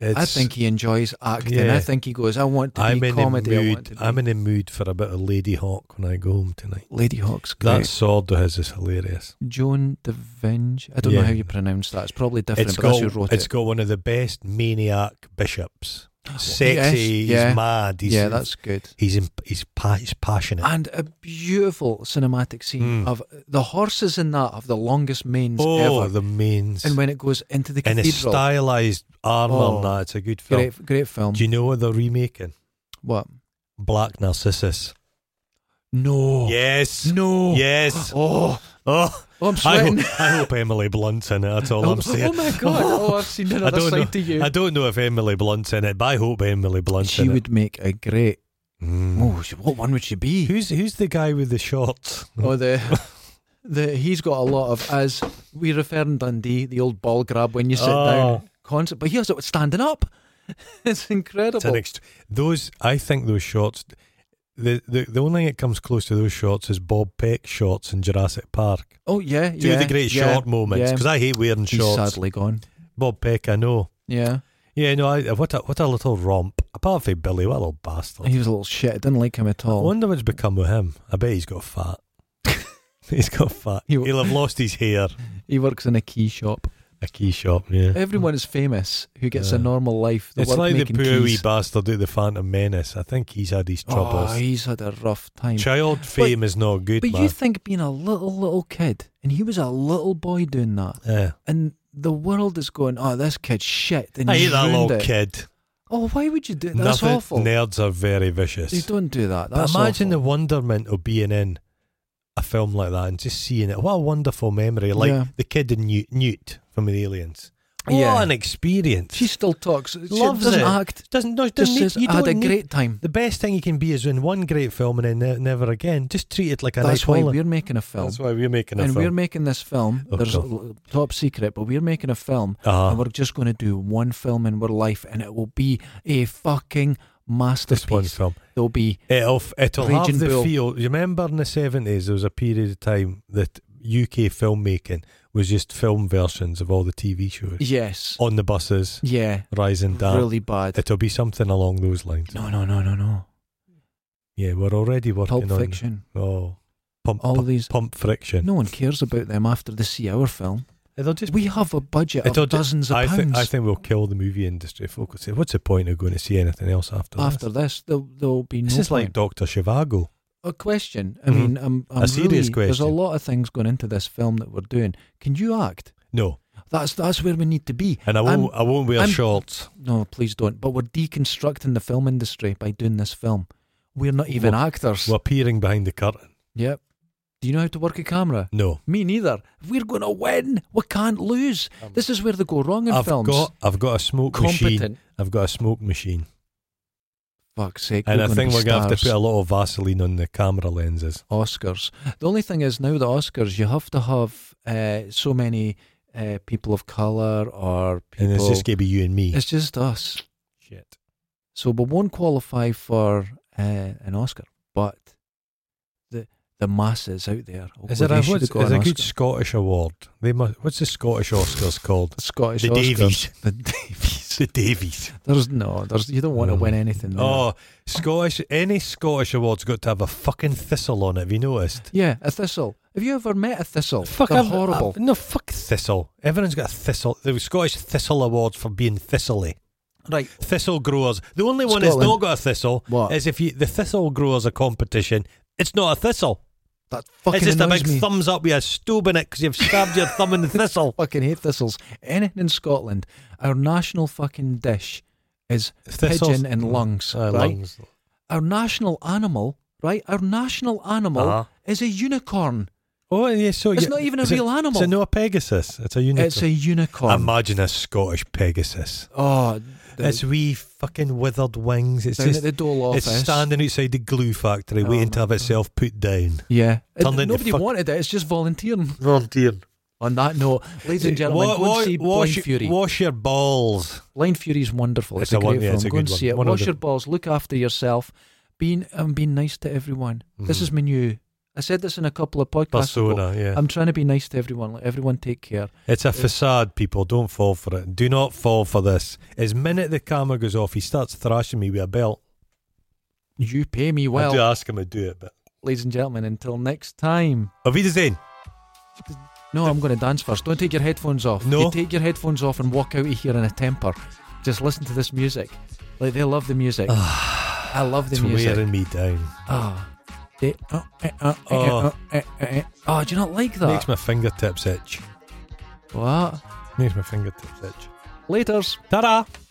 B: It's,
A: I think he enjoys acting.
B: Yeah.
A: I think he goes, I want to
B: I'm
A: be
B: in
A: comedy.
B: the
A: I
B: mood.
A: want to be.
B: I'm in the mood for a bit of Lady Hawk when I go home tonight.
A: Lady Hawk's great.
B: That sword of his is hilarious.
A: Joan DeVenge. I don't know
B: Yeah.
A: how you pronounce that. It's probably different,
B: It's
A: but
B: got,
A: that's who wrote
B: it's
A: it. Oh,
B: got one of the best maniac bishops. Sexy, he's
A: yeah.
B: mad. He's,
A: yeah, that's good.
B: he's imp- he's, pa- he's passionate.
A: And a beautiful cinematic scene
B: Mm.
A: of the horses in that of the longest mains
B: oh,
A: ever.
B: the mains
A: and
B: and,
A: when it goes into the
B: his
A: cathedral,
B: stylized armor.
A: Oh.
B: and that it's a good film.
A: great, great film.
B: Do you know what they're remaking?
A: what?
B: Black Narcissus.
A: No.
B: Yes.
A: Oh. No.
B: Yes.
A: Oh,
B: Oh,
A: oh, I'm
B: I,
A: sweating.
B: hope, I hope Emily Blunt's in it. That's all I'm
A: oh
B: saying.
A: my god. Oh, I've seen
B: I
A: another
B: don't
A: side
B: know.
A: to you.
B: I don't know if Emily Blunt's in it, but I hope Emily Blunt's
A: she
B: in
A: would make a great.
B: it. Mm.
A: Oh, she- what one would she be?
B: Who's who's the guy with the shorts?
A: Oh, the the he's got a lot of as we refer in Dundee the old ball grab when you sit down
B: Oh.
A: concept, but here's it with standing up. it's incredible.
B: It's an ext- those I think those shorts. The, the the only thing that comes close to those shorts is Bob Peck's shorts in Jurassic Park.
A: oh yeah,
B: Two
A: yeah,
B: of the great
A: yeah,
B: short moments
A: yeah.
B: because I hate wearing
A: He's
B: shorts.
A: sadly gone.
B: Bob Peck, I know.
A: Yeah,
B: Yeah, no, I, what a what a little romp. Apart from Billy, what a little bastard.
A: he was a little shit. I didn't like him at
B: I
A: all.
B: wonder what's become of him. I bet he's got fat. he's got fat.
A: He-
B: He'll have lost his hair.
A: He works in a key shop.
B: A key shop, yeah.
A: Everyone is famous who gets a
B: Yeah.
A: normal life. They
B: it's
A: work
B: like the
A: making
B: poor wee
A: keys.
B: bastard at the Phantom Menace. I think he's had his
A: Oh,
B: troubles.
A: he's had a rough time.
B: Child fame is not good,
A: But
B: man.
A: you think being a little little kid, and he was a little boy doing that,
B: yeah.
A: and the world is going, oh, this kid's shit. And
B: I
A: he's
B: hate that
A: ruined
B: little
A: it.
B: kid.
A: Oh, why would you do that? That's
B: Nothing-
A: awful.
B: Nerds are very
A: They
B: vicious.
A: don't do that.
B: But
A: That's
B: imagine
A: awful.
B: the wonderment of being in a film like that and just seeing it. What a wonderful memory. Like
A: Yeah.
B: the kid in Newt, Newt from the Aliens. What
A: Yeah.
B: an experience.
A: she still talks. She
B: Loves
A: doesn't
B: it.
A: act.
B: doesn't, no, doesn't
A: Just
B: need-
A: says,
B: you
A: I had
B: don't
A: a
B: need-
A: great time.
B: The best thing you can be is in one great film and then ne- never again. Just treat it like a nice
A: That's why
B: holiday.
A: we're making a film.
B: That's why we're making a
A: and we're
B: film.
A: making this film.
B: Oh,
A: There's a l- top secret, but we're making a film, and
B: uh,
A: we're just going to do one film in our life, and it will be a fucking
B: this one
A: masterpiece.
B: film.
A: There'll be
B: It'll, f- it'll
A: Raging
B: have the
A: Bull.
B: feel. You remember in the 70s, there was a period of time that UK filmmaking was just film versions of all the TV shows.
A: yes,
B: On the buses,
A: yeah,
B: rising down.
A: really bad.
B: It'll be something along those lines.
A: No, no, no, no, no.
B: Yeah, we're already working
A: Pulp
B: on.
A: Fiction.
B: Oh, pump,
A: All
B: pump,
A: these.
B: pump friction.
A: No one cares about them after they see our film.
B: It'll just
A: We have a budget of
B: It'll ju-
A: dozens of
B: I,
A: pounds.
B: think I think we'll kill the movie industry. if Folk will say, "What's the point of going to see anything else after,
A: after
B: this?"
A: this, there'll, there'll be no
B: This is like
A: point.
B: Doctor Shivago.
A: a question. I
B: Mhm.
A: mean, I'm, I'm
B: A serious
A: really- There's a
B: question.
A: lot of things going into this film that we're doing. Can you act?
B: No,
A: That's that's where we need to be.
B: and I won't.
A: I'm-
B: I'm, I will not wear
A: I'm-
B: shorts.
A: No, please don't. But we're deconstructing the film industry by doing this film. We're not even actors.
B: We're peering behind the curtain.
A: Yep. Do you know how to work a camera?
B: No,
A: Me neither. We're going to win. We can't lose. this is where they go wrong in
B: I've
A: films.
B: got I've got a smoke machine.
A: Competent.
B: I've got a smoke machine,
A: Fuck's sake.
B: and
A: we're
B: I
A: gonna
B: think
A: be
B: we're gonna have to
A: stars.
B: put a lot of Vaseline on the camera lenses.
A: Oscars. The only thing is now the Oscars, you have to have uh, so many uh, people of color or people.
B: And it's just gonna be you and me.
A: It's just us.
B: Shit.
A: So we won't qualify for uh, an Oscar, but the the masses out there.
B: Is
A: well,
B: there a,
A: they should
B: what's,
A: have got
B: is
A: an
B: a good
A: Oscar.
B: Scottish award? They must, what's the Scottish Oscars called?
A: The Scottish
B: The
A: Oscars.
B: Davies.
A: The Davies.
B: The Davies.
A: There's no. There's you don't want to
B: Mm.
A: win anything. There.
B: Oh, Scottish! Any Scottish awards got to have a fucking thistle on it. Have you noticed?
A: yeah, a thistle. Have you ever met a thistle? Oh, They're
B: I've-
A: horrible.
B: I've- no, fuck thistle. Everyone's got a thistle. The Scottish Thistle Awards for being thistly.
A: right.
B: Thistle growers. The only one that's
A: Scotland.
B: not got a thistle
A: What?
B: is if you the thistle growers a competition. It's not a thistle.
A: That fucking
B: it's just a
A: annoys
B: big
A: me.
B: thumbs up with a stove in it because you've stabbed your thumb in the thistle.
A: fucking hate thistles. Anything in Scotland, our national fucking dish is
B: Thistles.
A: pigeon and lungs.
B: Uh,
A: right?
B: lungs.
A: Our national animal, right? Our national animal
B: Uh-huh.
A: is a unicorn.
B: Oh yeah, so
A: It's
B: you-
A: not even a
B: is
A: real
B: it,
A: animal.
B: It's a no a pegasus. It's a unicorn.
A: It's a unicorn.
B: Imagine a Scottish pegasus.
A: oh, the,
B: It's wee fucking withered wings. It's
A: down
B: just
A: at the Dole office.
B: It's standing outside the glue factory
A: Oh
B: waiting
A: my
B: to have itself put down.
A: Yeah, It-
B: Turned into
A: nobody
B: fuck-
A: wanted it. It's just volunteering.
B: Volunteer.
A: On that note, ladies and gentlemen, go and see
B: wash,
A: Blind Fury.
B: wash your balls.
A: Blind Fury is wonderful. It's,
B: It's
A: a
B: a
A: great
B: one- yeah,
A: film.
B: it's a
A: Go and
B: good one.
A: see it.
B: One of
A: Wash
B: the-
A: your balls. Look after yourself. Being um, being nice to everyone. This
B: Mhm.
A: is my new. I said this in a couple of podcasts. ago.
B: Persona, yeah.
A: I'm trying to be nice to everyone. Like everyone, take care.
B: it's a facade, people. Don't fall for it. Do not fall for this. As minute the camera goes off, he starts thrashing me with a belt.
A: You pay me
B: I do
A: well,
B: ask him to do it, but. Oh,
A: ladies and gentlemen. Until next time.
B: Auf Wiedersehen.
A: No, I'm going to dance first. Don't take your headphones off.
B: No.
A: You take your headphones off and walk out of here in a temper. Just listen to this music. Like they love the music. I love the
B: Ah, It's
A: music.
B: wearing me down.
A: Ah. They- uh, uh, uh, uh, uh,
B: Oh.
A: uh, uh, uh. Oh, do you not like
B: Makes
A: that?
B: my fingertips itch.
A: What?
B: Makes my fingertips itch.
A: Laters.
B: Ta da!